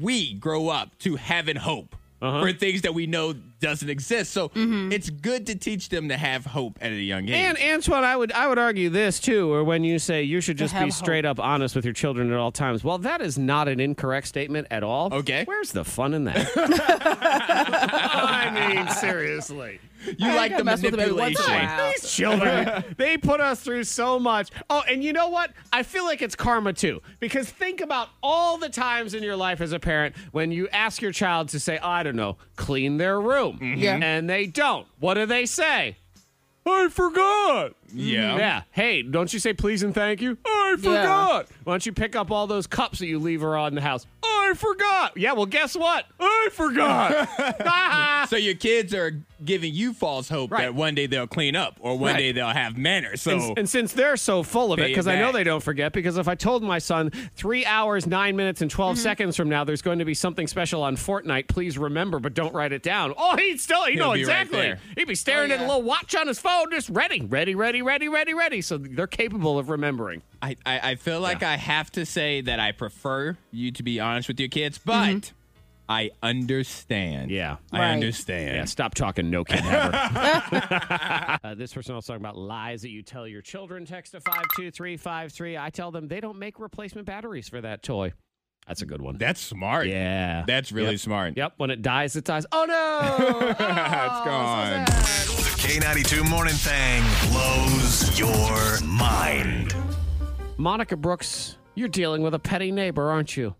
[SPEAKER 2] we grow up to having hope for things that we know doesn't exist. So
[SPEAKER 3] Mm-hmm.
[SPEAKER 2] it's good to teach them to have hope at a young age.
[SPEAKER 1] And Antoine, I would I would argue this too, or when you say you should just
[SPEAKER 3] have
[SPEAKER 1] be
[SPEAKER 3] hope.
[SPEAKER 1] straight up honest with your children at all times. Well, that is not an incorrect statement at all.
[SPEAKER 2] Okay.
[SPEAKER 1] Where's the fun in that? I mean, seriously.
[SPEAKER 2] you
[SPEAKER 3] I
[SPEAKER 2] like the
[SPEAKER 3] gotta mess with them every once in a
[SPEAKER 2] manipulation.
[SPEAKER 3] while.
[SPEAKER 1] These children, they put us through so much. Oh, and you know what? I feel like it's karma too, because think about all the times in your life as a parent when you ask your child to say, I don't know, clean their room.
[SPEAKER 3] Mm-hmm. Yeah.
[SPEAKER 1] And they don't. What do they say? I forgot.
[SPEAKER 2] Yeah.
[SPEAKER 1] Yeah. Hey, don't you say please and thank you? I forgot. Why don't you pick up all those cups that you leave around the house? I forgot. Yeah, well, guess what? I forgot.
[SPEAKER 2] So your kids are giving you false hope
[SPEAKER 1] Right.
[SPEAKER 2] that one day they'll clean up or one
[SPEAKER 1] Right.
[SPEAKER 2] day they'll have manners. So
[SPEAKER 1] And, and since they're so full of it,
[SPEAKER 2] Pay it
[SPEAKER 1] because I know
[SPEAKER 2] back.
[SPEAKER 1] they don't forget, because if I told my son three hours, nine minutes, and
[SPEAKER 2] Mm-hmm.
[SPEAKER 1] 12 seconds from now, there's going to be something special on Fortnite, please remember, but don't write it down. Oh, he'd still, he'd
[SPEAKER 2] He'll
[SPEAKER 1] know
[SPEAKER 2] be right
[SPEAKER 1] exactly.
[SPEAKER 2] there. Oh,
[SPEAKER 1] he'd be staring at a little watch on his phone, just ready, ready, ready, ready, ready, ready. So they're capable of remembering.
[SPEAKER 2] I, I, I feel like I have to say that I prefer you to be honest with your kids, but I understand.
[SPEAKER 1] Mm-hmm. Yeah.
[SPEAKER 2] I
[SPEAKER 3] Right.
[SPEAKER 2] understand.
[SPEAKER 1] Yeah, stop talking no kid ever. uh, this person also talking about lies that you tell your children. Text to 52353. I tell them they don't make replacement batteries for that toy. That's a good one.
[SPEAKER 2] That's smart.
[SPEAKER 1] yeah.
[SPEAKER 2] That's really smart.
[SPEAKER 1] yep. When it dies, it dies. Oh, no.
[SPEAKER 2] it's gone.
[SPEAKER 6] The K92 Morning Thing blows your mind.
[SPEAKER 1] Monica Brooks, you're dealing with a petty neighbor, aren't you?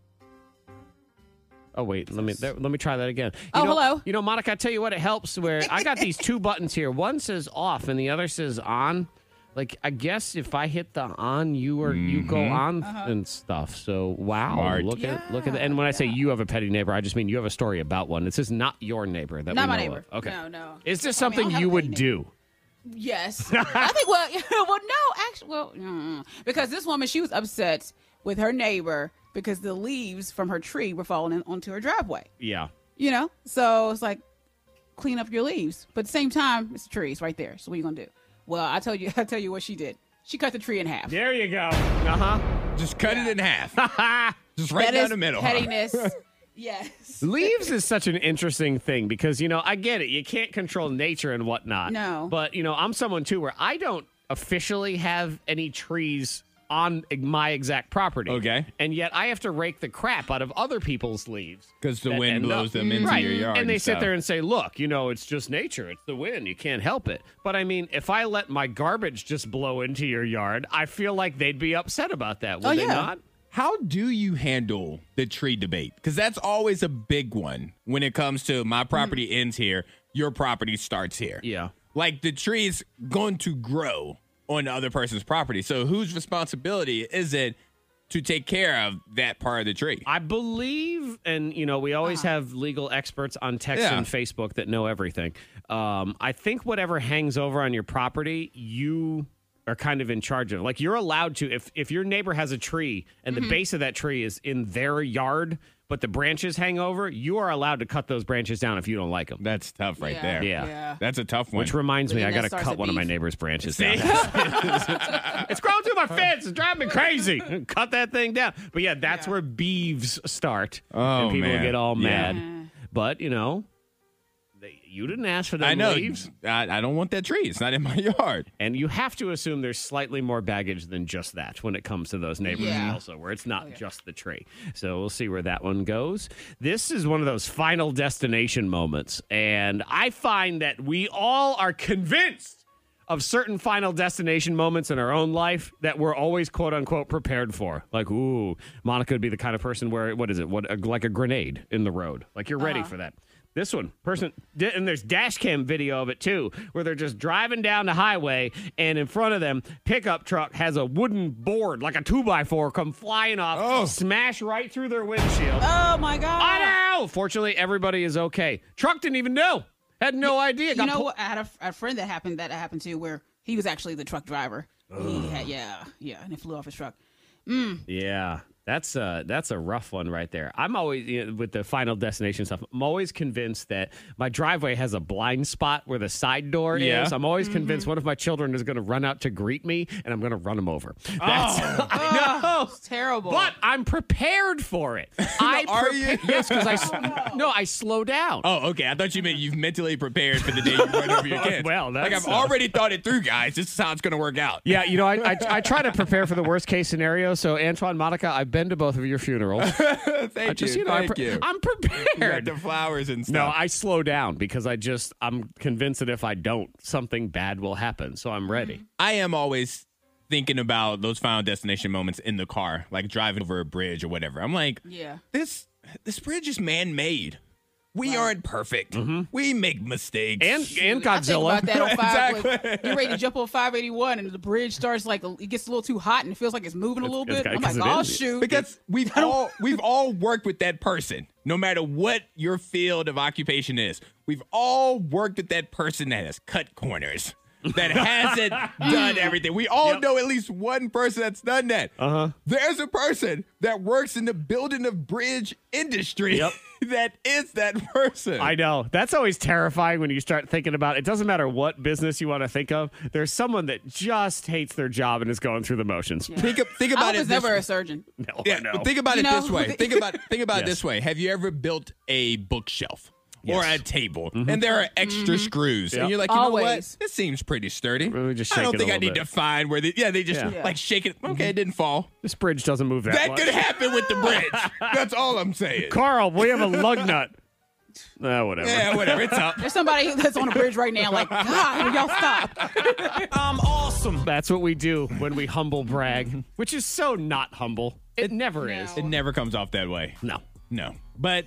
[SPEAKER 1] Oh wait, let me there, let me try that again. You
[SPEAKER 3] Oh,
[SPEAKER 1] know-
[SPEAKER 3] hello.
[SPEAKER 1] You know, Monica, I tell you what, it helps. Where I got these two buttons here. One says off, and the other says on. Like I guess if I hit the on, you are you go on
[SPEAKER 3] Uh-huh.
[SPEAKER 1] and stuff. So wow,
[SPEAKER 2] Smart.
[SPEAKER 1] look at look at that. And when I say you have a petty neighbor, I just mean you have a story about one. It's just not your neighbor. That
[SPEAKER 3] Not
[SPEAKER 1] we
[SPEAKER 3] my
[SPEAKER 1] know
[SPEAKER 3] neighbor.
[SPEAKER 1] Of. Okay.
[SPEAKER 3] No, no.
[SPEAKER 1] Is this
[SPEAKER 3] I mean, I
[SPEAKER 1] something
[SPEAKER 3] don't have
[SPEAKER 1] you
[SPEAKER 3] a
[SPEAKER 1] would
[SPEAKER 3] petty
[SPEAKER 1] do?
[SPEAKER 3] Yes. I think, well, well, no, actually, well, mm, because this woman, she was upset with her neighbor because the leaves from her tree were falling in, onto her driveway,
[SPEAKER 1] Yeah.
[SPEAKER 3] you know? So it's like, clean up your leaves. But at the same time, it's trees right there. So what you going to do? Well, I tell you, I tell you what she did. She cut the tree in half.
[SPEAKER 1] There you go. Uh huh.
[SPEAKER 2] Just cut it in half. Just right
[SPEAKER 3] That
[SPEAKER 2] down
[SPEAKER 3] is
[SPEAKER 2] the middle. huh?
[SPEAKER 3] Pettiness. yes.
[SPEAKER 1] Leaves is such an interesting thing because, you know, I get it. You can't control nature and whatnot.
[SPEAKER 3] No.
[SPEAKER 1] But, you know, I'm someone too where I don't officially have any trees on my exact property.
[SPEAKER 2] Okay.
[SPEAKER 1] And yet I have to rake the crap out of other people's leaves.
[SPEAKER 2] 'Cause the
[SPEAKER 1] that
[SPEAKER 2] wind
[SPEAKER 1] end
[SPEAKER 2] blows
[SPEAKER 1] up-
[SPEAKER 2] them into
[SPEAKER 1] Right.
[SPEAKER 3] Mm-hmm.
[SPEAKER 2] your yard
[SPEAKER 1] And they
[SPEAKER 2] and
[SPEAKER 1] sit
[SPEAKER 2] stuff.
[SPEAKER 1] there and say, look, you know, it's just nature. It's the wind. You can't help it. But I mean, if I let my garbage just blow into your yard, I feel like they'd be upset about that. Would
[SPEAKER 3] Oh,
[SPEAKER 1] they
[SPEAKER 3] yeah.
[SPEAKER 1] not?
[SPEAKER 2] How do you handle the tree debate? Because that's always a big one when it comes to my property ends here, your property starts here.
[SPEAKER 1] Yeah.
[SPEAKER 2] Like the tree is going to grow on the other person's property. So whose responsibility is it to take care of that part of the tree?
[SPEAKER 1] I believe, and you know, we always have legal experts on text
[SPEAKER 2] Yeah.
[SPEAKER 1] and Facebook that know everything. Um, I think whatever hangs over on your property, you are kind of in charge of. Like you're allowed to, if if your neighbor has a tree and the base of that tree is in their yard, but the branches hang over, you are allowed to cut those branches down if you don't like them.
[SPEAKER 2] That's tough right
[SPEAKER 3] Yeah.
[SPEAKER 2] there.
[SPEAKER 1] Yeah.
[SPEAKER 3] Yeah.
[SPEAKER 2] That's a tough one.
[SPEAKER 1] Which reminds me,
[SPEAKER 3] Then
[SPEAKER 1] I
[SPEAKER 3] that
[SPEAKER 1] got to
[SPEAKER 3] starts
[SPEAKER 1] cut
[SPEAKER 3] the
[SPEAKER 1] one of my
[SPEAKER 3] beef.
[SPEAKER 1] neighbor's branches down. it's growing through my fence. It's driving me crazy. cut that thing down. But yeah, that's where beeves start.
[SPEAKER 2] Oh,
[SPEAKER 1] and people
[SPEAKER 2] man.
[SPEAKER 1] get all
[SPEAKER 2] Yeah.
[SPEAKER 1] mad. But, you know, they, you didn't ask for them
[SPEAKER 2] I know.
[SPEAKER 1] leaves.
[SPEAKER 2] I, I don't want that tree. It's not in my yard.
[SPEAKER 1] And you have to assume there's slightly more baggage than just that when it comes to those neighbors,
[SPEAKER 3] Yeah.
[SPEAKER 1] also, where it's not just the tree. So we'll see where that one goes. This is one of those final destination moments. And I find that we all are convinced of certain final destination moments in our own life that we're always quote unquote prepared for. Like, ooh, Monica would be the kind of person where, what is it? What, like a grenade in the road. Like, you're ready
[SPEAKER 3] Uh-huh.
[SPEAKER 1] for that. This one, person, and there's dash cam video of it too, where they're just driving down the highway, and in front of them, pickup truck has a wooden board, like a two by four, come flying off,
[SPEAKER 2] Oh.
[SPEAKER 1] smash right through their windshield.
[SPEAKER 3] Oh, my God.
[SPEAKER 1] I know. Fortunately, everybody is okay. Truck didn't even know, had no idea.
[SPEAKER 3] You
[SPEAKER 1] Got
[SPEAKER 3] know
[SPEAKER 1] pull-
[SPEAKER 3] what? I had a, a friend that happened that happened to where he was actually the truck driver. He had, yeah, yeah, and it flew off his truck.
[SPEAKER 1] Yeah. That's a that's a rough one right there. I'm always you know, with the final destination stuff. I'm always convinced that my driveway has a blind spot where the side door
[SPEAKER 2] Yeah.
[SPEAKER 1] is. I'm always convinced one of my children is going to run out to greet me, and I'm going to run them over. That's I know.
[SPEAKER 3] It's terrible.
[SPEAKER 1] But I'm prepared for it. I
[SPEAKER 2] Oh. are you?
[SPEAKER 1] prepa- Yes, because I s- no, I slow down.
[SPEAKER 2] Oh, okay. I thought you meant you've mentally prepared for the day you run over your kids.
[SPEAKER 1] Well,
[SPEAKER 2] like I've
[SPEAKER 1] that's, uh,
[SPEAKER 2] already thought it through, guys. This is how it's going to work out.
[SPEAKER 1] Yeah, you know, I, I I try to prepare for the worst case scenario. So Antoine, Monica, I've been to both of your funerals.
[SPEAKER 2] thank
[SPEAKER 1] I just
[SPEAKER 2] you.
[SPEAKER 1] you know, I'm,
[SPEAKER 2] thank
[SPEAKER 1] pre-
[SPEAKER 2] you.
[SPEAKER 1] I'm
[SPEAKER 2] You got
[SPEAKER 1] prepared.
[SPEAKER 2] the flowers and
[SPEAKER 1] No,
[SPEAKER 2] stuff.
[SPEAKER 1] I slow down because I just I'm convinced that if I don't, something bad will happen. So I'm ready.
[SPEAKER 2] I am always thinking about those final destination moments in the car, like driving over a bridge or whatever. I'm like,
[SPEAKER 3] Yeah.
[SPEAKER 2] this this bridge is man made. We aren't perfect. We make mistakes.
[SPEAKER 1] And and
[SPEAKER 3] I think
[SPEAKER 1] Godzilla.
[SPEAKER 3] about that on five. like, You're ready to jump on 581, and the bridge starts like it gets a little too hot, and it feels like it's moving a little
[SPEAKER 1] it's
[SPEAKER 3] bit.
[SPEAKER 1] got-
[SPEAKER 3] I'm
[SPEAKER 1] 'cause
[SPEAKER 3] like,
[SPEAKER 1] it
[SPEAKER 3] oh
[SPEAKER 1] is.
[SPEAKER 3] shoot!
[SPEAKER 2] because we've all we've all worked with that person, no matter what your field of occupation is. We've all worked with that person that has cut corners, that hasn't done everything. We all know at least one person that's done that. Uh-huh. There's a person that works in the building of bridge industry
[SPEAKER 1] Yep.
[SPEAKER 2] that is that person.
[SPEAKER 1] I know. That's always terrifying when you start thinking about it doesn't matter what business you want to think of. There's someone that just hates their job and is going through the motions.
[SPEAKER 2] think, of- think
[SPEAKER 3] I
[SPEAKER 2] about
[SPEAKER 3] was
[SPEAKER 2] it. This
[SPEAKER 3] never a surgeon.
[SPEAKER 1] No,
[SPEAKER 2] Yeah,
[SPEAKER 1] I know.
[SPEAKER 2] but think about
[SPEAKER 3] You
[SPEAKER 2] it
[SPEAKER 3] know?
[SPEAKER 2] this way. Think about think about
[SPEAKER 1] Yes.
[SPEAKER 2] it this way. Have you ever built a bookshelf or a table,
[SPEAKER 1] Mm-hmm.
[SPEAKER 2] and there are extra screws,
[SPEAKER 1] Yep.
[SPEAKER 2] and you're like, you know
[SPEAKER 3] Mm-hmm. Always.
[SPEAKER 2] what? This seems pretty sturdy.
[SPEAKER 1] Really just
[SPEAKER 2] I
[SPEAKER 1] shake
[SPEAKER 2] don't
[SPEAKER 1] it a
[SPEAKER 2] think I
[SPEAKER 1] little
[SPEAKER 2] need
[SPEAKER 1] bit.
[SPEAKER 2] to find where the yeah they just
[SPEAKER 1] Yeah.
[SPEAKER 3] Yeah.
[SPEAKER 2] like shake it. Okay, it didn't fall.
[SPEAKER 1] this bridge doesn't move that,
[SPEAKER 2] That
[SPEAKER 1] much.
[SPEAKER 2] could happen with the bridge. That's all I'm saying.
[SPEAKER 1] Carl, we have a lug nut. Ah, whatever.
[SPEAKER 2] Yeah, whatever. It's up.
[SPEAKER 3] There's somebody that's on a bridge right now. Like, God, will y'all stop?
[SPEAKER 1] That's what we do when we humble brag, which is so not humble. It, never is.
[SPEAKER 2] It never comes off that way.
[SPEAKER 1] No.
[SPEAKER 2] No, but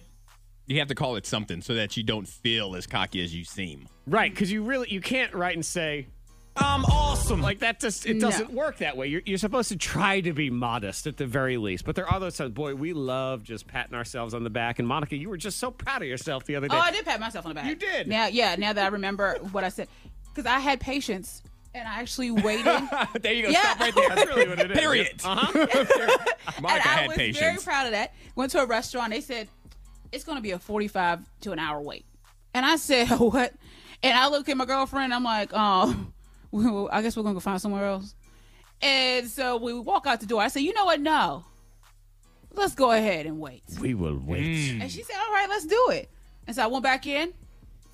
[SPEAKER 2] you have to call it something so that you don't feel as cocky as you seem.
[SPEAKER 1] Right, because you really you can't write and say I'm awesome. Like that just it
[SPEAKER 3] No.
[SPEAKER 1] doesn't work that way. You're, you're supposed to try to be modest at the very least. But there are those times, boy, we love just patting ourselves on the back. And Monica, you were just so proud of yourself the other day.
[SPEAKER 3] Oh, I did pat myself on the back.
[SPEAKER 1] You did.
[SPEAKER 3] Now, yeah. Now that I remember what I said, because I had patience and I actually waited.
[SPEAKER 2] there you go.
[SPEAKER 3] Yeah.
[SPEAKER 2] Stop right there.
[SPEAKER 1] That's really what it is.
[SPEAKER 2] Period. Uh-huh. Monica
[SPEAKER 3] and I
[SPEAKER 2] had
[SPEAKER 3] was
[SPEAKER 2] patience.
[SPEAKER 3] very proud of that. Went to a restaurant. They said it's going to be a forty-five to an hour wait, and I said what? And I looked at my girlfriend. I'm like, um, well, I guess we're going to go find somewhere else. And so we walk out the door. I said, you know what? No, let's go ahead and wait.
[SPEAKER 1] We will wait.
[SPEAKER 3] And she said, all right, let's do it. And so I went back in,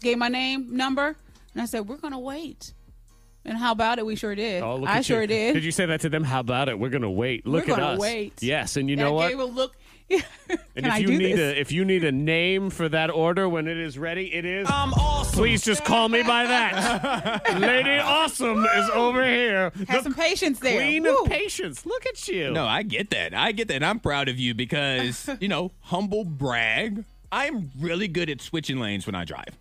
[SPEAKER 3] gave my name, number, and I said, we're going to wait. And how about it? We sure did.
[SPEAKER 1] Oh, look
[SPEAKER 3] I
[SPEAKER 1] at
[SPEAKER 3] sure
[SPEAKER 1] you.
[SPEAKER 3] did.
[SPEAKER 1] Did you say that to them? How about it? We're gonna wait. Look
[SPEAKER 3] We're
[SPEAKER 1] at
[SPEAKER 3] gonna
[SPEAKER 1] us.
[SPEAKER 3] wait.
[SPEAKER 1] Yes, and you
[SPEAKER 3] And
[SPEAKER 1] know
[SPEAKER 3] I
[SPEAKER 1] what?
[SPEAKER 3] gave a look. Can
[SPEAKER 1] and
[SPEAKER 3] I
[SPEAKER 1] if you
[SPEAKER 3] do
[SPEAKER 1] need
[SPEAKER 3] this?
[SPEAKER 1] a if you need a name for that order when it is ready, it is I'm awesome. Please just call me by that. Lady Awesome is over here.
[SPEAKER 3] Have
[SPEAKER 1] The
[SPEAKER 3] some patience there.
[SPEAKER 1] Queen
[SPEAKER 3] Woo.
[SPEAKER 1] of patience. Look at you.
[SPEAKER 2] No, I get that. I get that. And I'm proud of you because, you know, humble brag. I'm really good at switching lanes when I drive.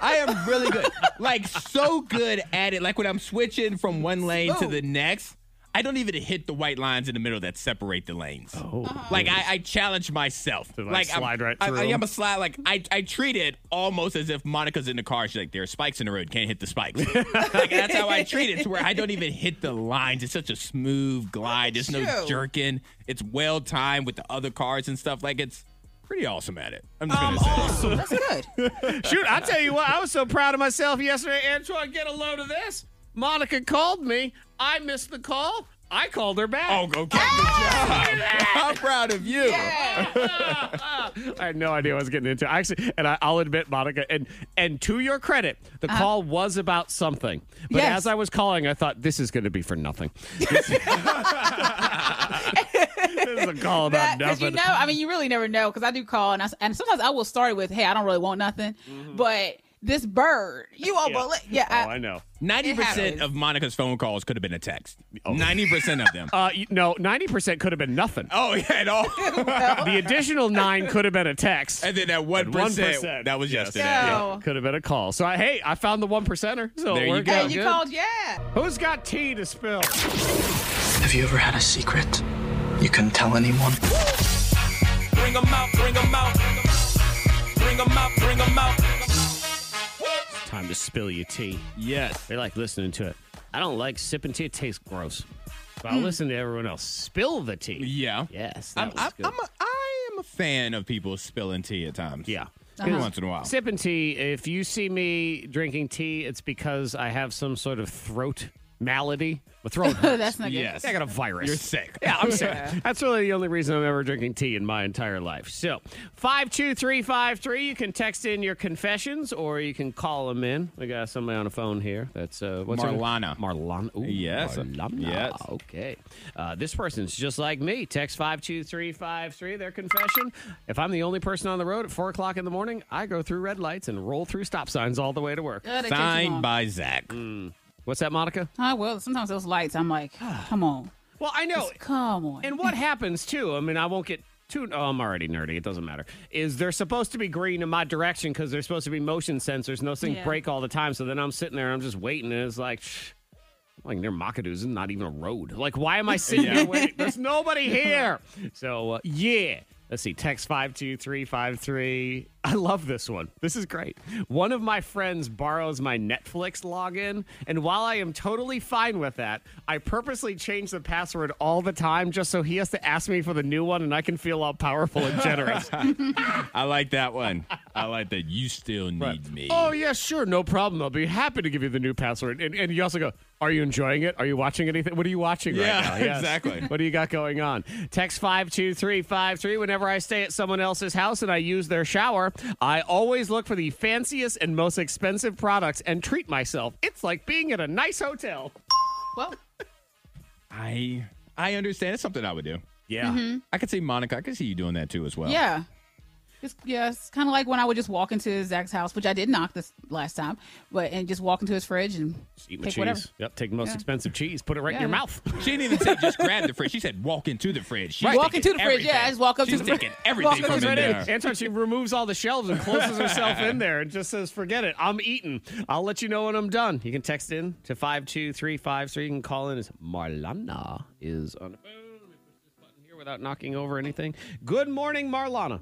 [SPEAKER 2] I am really good. like, so good at it. Like, when I'm switching from one lane to
[SPEAKER 3] Smooth.
[SPEAKER 2] the next, I don't even hit the white lines in the middle that separate the lanes. Oh. Like, I, I challenge myself.
[SPEAKER 1] To, like, slide
[SPEAKER 2] I'm,
[SPEAKER 1] right
[SPEAKER 2] I-
[SPEAKER 1] through
[SPEAKER 2] I,
[SPEAKER 1] 'em.
[SPEAKER 2] am a slide. Like, I, I treat it almost as if Monica's in the car. She's like, there are spikes in the road. Can't hit the spikes. like, that's how I treat it, to where I don't even hit the lines. It's such a smooth glide. There's no
[SPEAKER 3] True.
[SPEAKER 2] jerk working. It's well timed with the other cars and stuff. Like it's pretty awesome at it. I'm just gonna say.
[SPEAKER 3] That's good.
[SPEAKER 1] Shoot, I tell you what, I was so proud of myself yesterday. Antoine, get a load of this. Monica called me. I missed the call. I called her back.
[SPEAKER 2] Oh, go get the job. I'm proud of you.
[SPEAKER 1] I had no idea what I was getting into. Actually, and I, I'll admit, Monica, and and to your credit, the call was about something. But
[SPEAKER 3] Uh-huh. Yes.
[SPEAKER 1] as I was calling, I thought this is going to be for nothing. This, this is a call about
[SPEAKER 3] Because
[SPEAKER 1] nothing.
[SPEAKER 3] you know, I mean, you really never know. Because I do call, and I, and sometimes I will start with, "Hey, I don't really want nothing," but this bird, you won't
[SPEAKER 1] Mm-hmm. Yeah.
[SPEAKER 3] believe. Yeah,
[SPEAKER 1] oh, I know.
[SPEAKER 2] Ninety
[SPEAKER 3] happens.
[SPEAKER 2] percent of Monica's phone calls could have been a text. Ninety percent of them.
[SPEAKER 1] Uh, you, no, ninety percent could have been nothing.
[SPEAKER 2] oh yeah, and all.
[SPEAKER 1] The additional nine could have been a text.
[SPEAKER 2] And then that one percent.
[SPEAKER 1] 1%.
[SPEAKER 2] That was
[SPEAKER 1] Yes.
[SPEAKER 2] yesterday.
[SPEAKER 3] Yeah.
[SPEAKER 1] Yeah, could have been a call. So I, hey, I found the one percenter. So
[SPEAKER 2] There
[SPEAKER 1] it
[SPEAKER 2] you
[SPEAKER 1] worked
[SPEAKER 2] go.
[SPEAKER 1] out
[SPEAKER 3] and you
[SPEAKER 1] good.
[SPEAKER 3] called, yeah.
[SPEAKER 1] Who's got tea to spill?
[SPEAKER 8] Have you ever had a secret you couldn't tell anyone?
[SPEAKER 9] Bring 'em out, bring 'em out. Bring 'em out, bring 'em out.
[SPEAKER 1] Time to spill your tea.
[SPEAKER 2] Yes.
[SPEAKER 1] They like listening to it. I don't like sipping tea. It tastes gross. But I'll listen to everyone else spill the tea.
[SPEAKER 2] Hmm. Yeah.
[SPEAKER 1] Yes. That
[SPEAKER 2] I'm,
[SPEAKER 1] was
[SPEAKER 2] I'm,
[SPEAKER 1] good.
[SPEAKER 2] I'm a, I am a fan of people spilling tea at times.
[SPEAKER 1] yeah.
[SPEAKER 3] Uh-huh.
[SPEAKER 2] Every once in a while.
[SPEAKER 1] Sipping tea. If you see me drinking tea, it's because I have some sort of throat malady. My throat. hurts.
[SPEAKER 3] That's not good.
[SPEAKER 2] Yes.
[SPEAKER 1] I got a virus.
[SPEAKER 2] You're sick.
[SPEAKER 1] Yeah, I'm sick. That's really the only reason I'm ever drinking tea in my entire life. So, 52353, you can text in your confessions or you can call them in. We got somebody on the phone here. That's uh, what's her-
[SPEAKER 2] Marlana.
[SPEAKER 1] Marlana. Ooh,
[SPEAKER 2] Yes.
[SPEAKER 1] Marlana.
[SPEAKER 2] Yes.
[SPEAKER 1] Okay. Uh, this person's just like me. Text 52353, their confession. If I'm the only person on the road at 4 o'clock in the morning, I go through red lights and roll through stop signs all the way to work.
[SPEAKER 3] Good, it takes you long.
[SPEAKER 2] Signed by Zach.
[SPEAKER 1] Mm. What's that, Monica?
[SPEAKER 3] Huh, well, sometimes those lights, I'm like, come on,
[SPEAKER 1] Well, I know.
[SPEAKER 3] come on.
[SPEAKER 1] And what happens too? I mean, I won't get too. Oh, I'm already nerdy. It doesn't matter. Is they're supposed to be green in my direction because they're supposed to be motion sensors, and those things
[SPEAKER 3] Yeah.
[SPEAKER 1] break all the time. So then I'm sitting there, and I'm just waiting, and it's like. Shh. Like near Makadu's not even a road. Like, why am I sitting here waiting? There's nobody here. So, uh, yeah. Let's see. Text 52353. I love this one. This is great. One of my friends borrows my Netflix login. And while I am totally fine with that, I purposely change the password all the time just so he has to ask me for the new one and I can feel all powerful and generous.
[SPEAKER 2] I like that one. I like that. You still need me.
[SPEAKER 1] Oh yeah, sure, no problem. I'll be happy to give you the new password. And, and you also go, are you enjoying it? Are you watching anything? What are you watching
[SPEAKER 2] Yeah,
[SPEAKER 1] right now?
[SPEAKER 2] exactly.
[SPEAKER 1] What do you got going on? Text five two three five three. Whenever I stay at someone else's house and I use their shower, I always look for the fanciest and most expensive products and treat myself. It's like being at a nice hotel.
[SPEAKER 3] well,
[SPEAKER 2] I I understand. It's something I would do.
[SPEAKER 1] Yeah.
[SPEAKER 3] Mm-hmm.
[SPEAKER 2] I could see Monica. I could see you doing that too as well.
[SPEAKER 3] yeah. It's, yeah, it's kind of like when I would just walk into Zach's house, which I did knock this last time, but and just walk into his fridge and
[SPEAKER 1] Eat my
[SPEAKER 3] pick
[SPEAKER 1] cheese.
[SPEAKER 3] whatever.
[SPEAKER 1] Yep. Take the most expensive cheese. Put it right in your
[SPEAKER 3] Yeah.
[SPEAKER 1] mouth.
[SPEAKER 2] She didn't even say just grab the fridge. She said walk into the fridge. She's
[SPEAKER 3] Walk
[SPEAKER 2] taking
[SPEAKER 3] into the fridge, yeah,
[SPEAKER 2] everything.
[SPEAKER 3] I just walk up to
[SPEAKER 2] She's
[SPEAKER 3] the fridge.
[SPEAKER 2] taking everything
[SPEAKER 3] Walk
[SPEAKER 2] from
[SPEAKER 3] up
[SPEAKER 2] in
[SPEAKER 3] to
[SPEAKER 1] Right
[SPEAKER 3] the
[SPEAKER 1] in.
[SPEAKER 2] there.
[SPEAKER 1] Anton, she removes all the shelves and closes herself in there and just says, forget it. I'm eating. I'll let you know when I'm done. You can text in to 52353. You can call in. It's Marlana is on the phone. Let me push this button here without knocking over anything. Good morning, Marlana.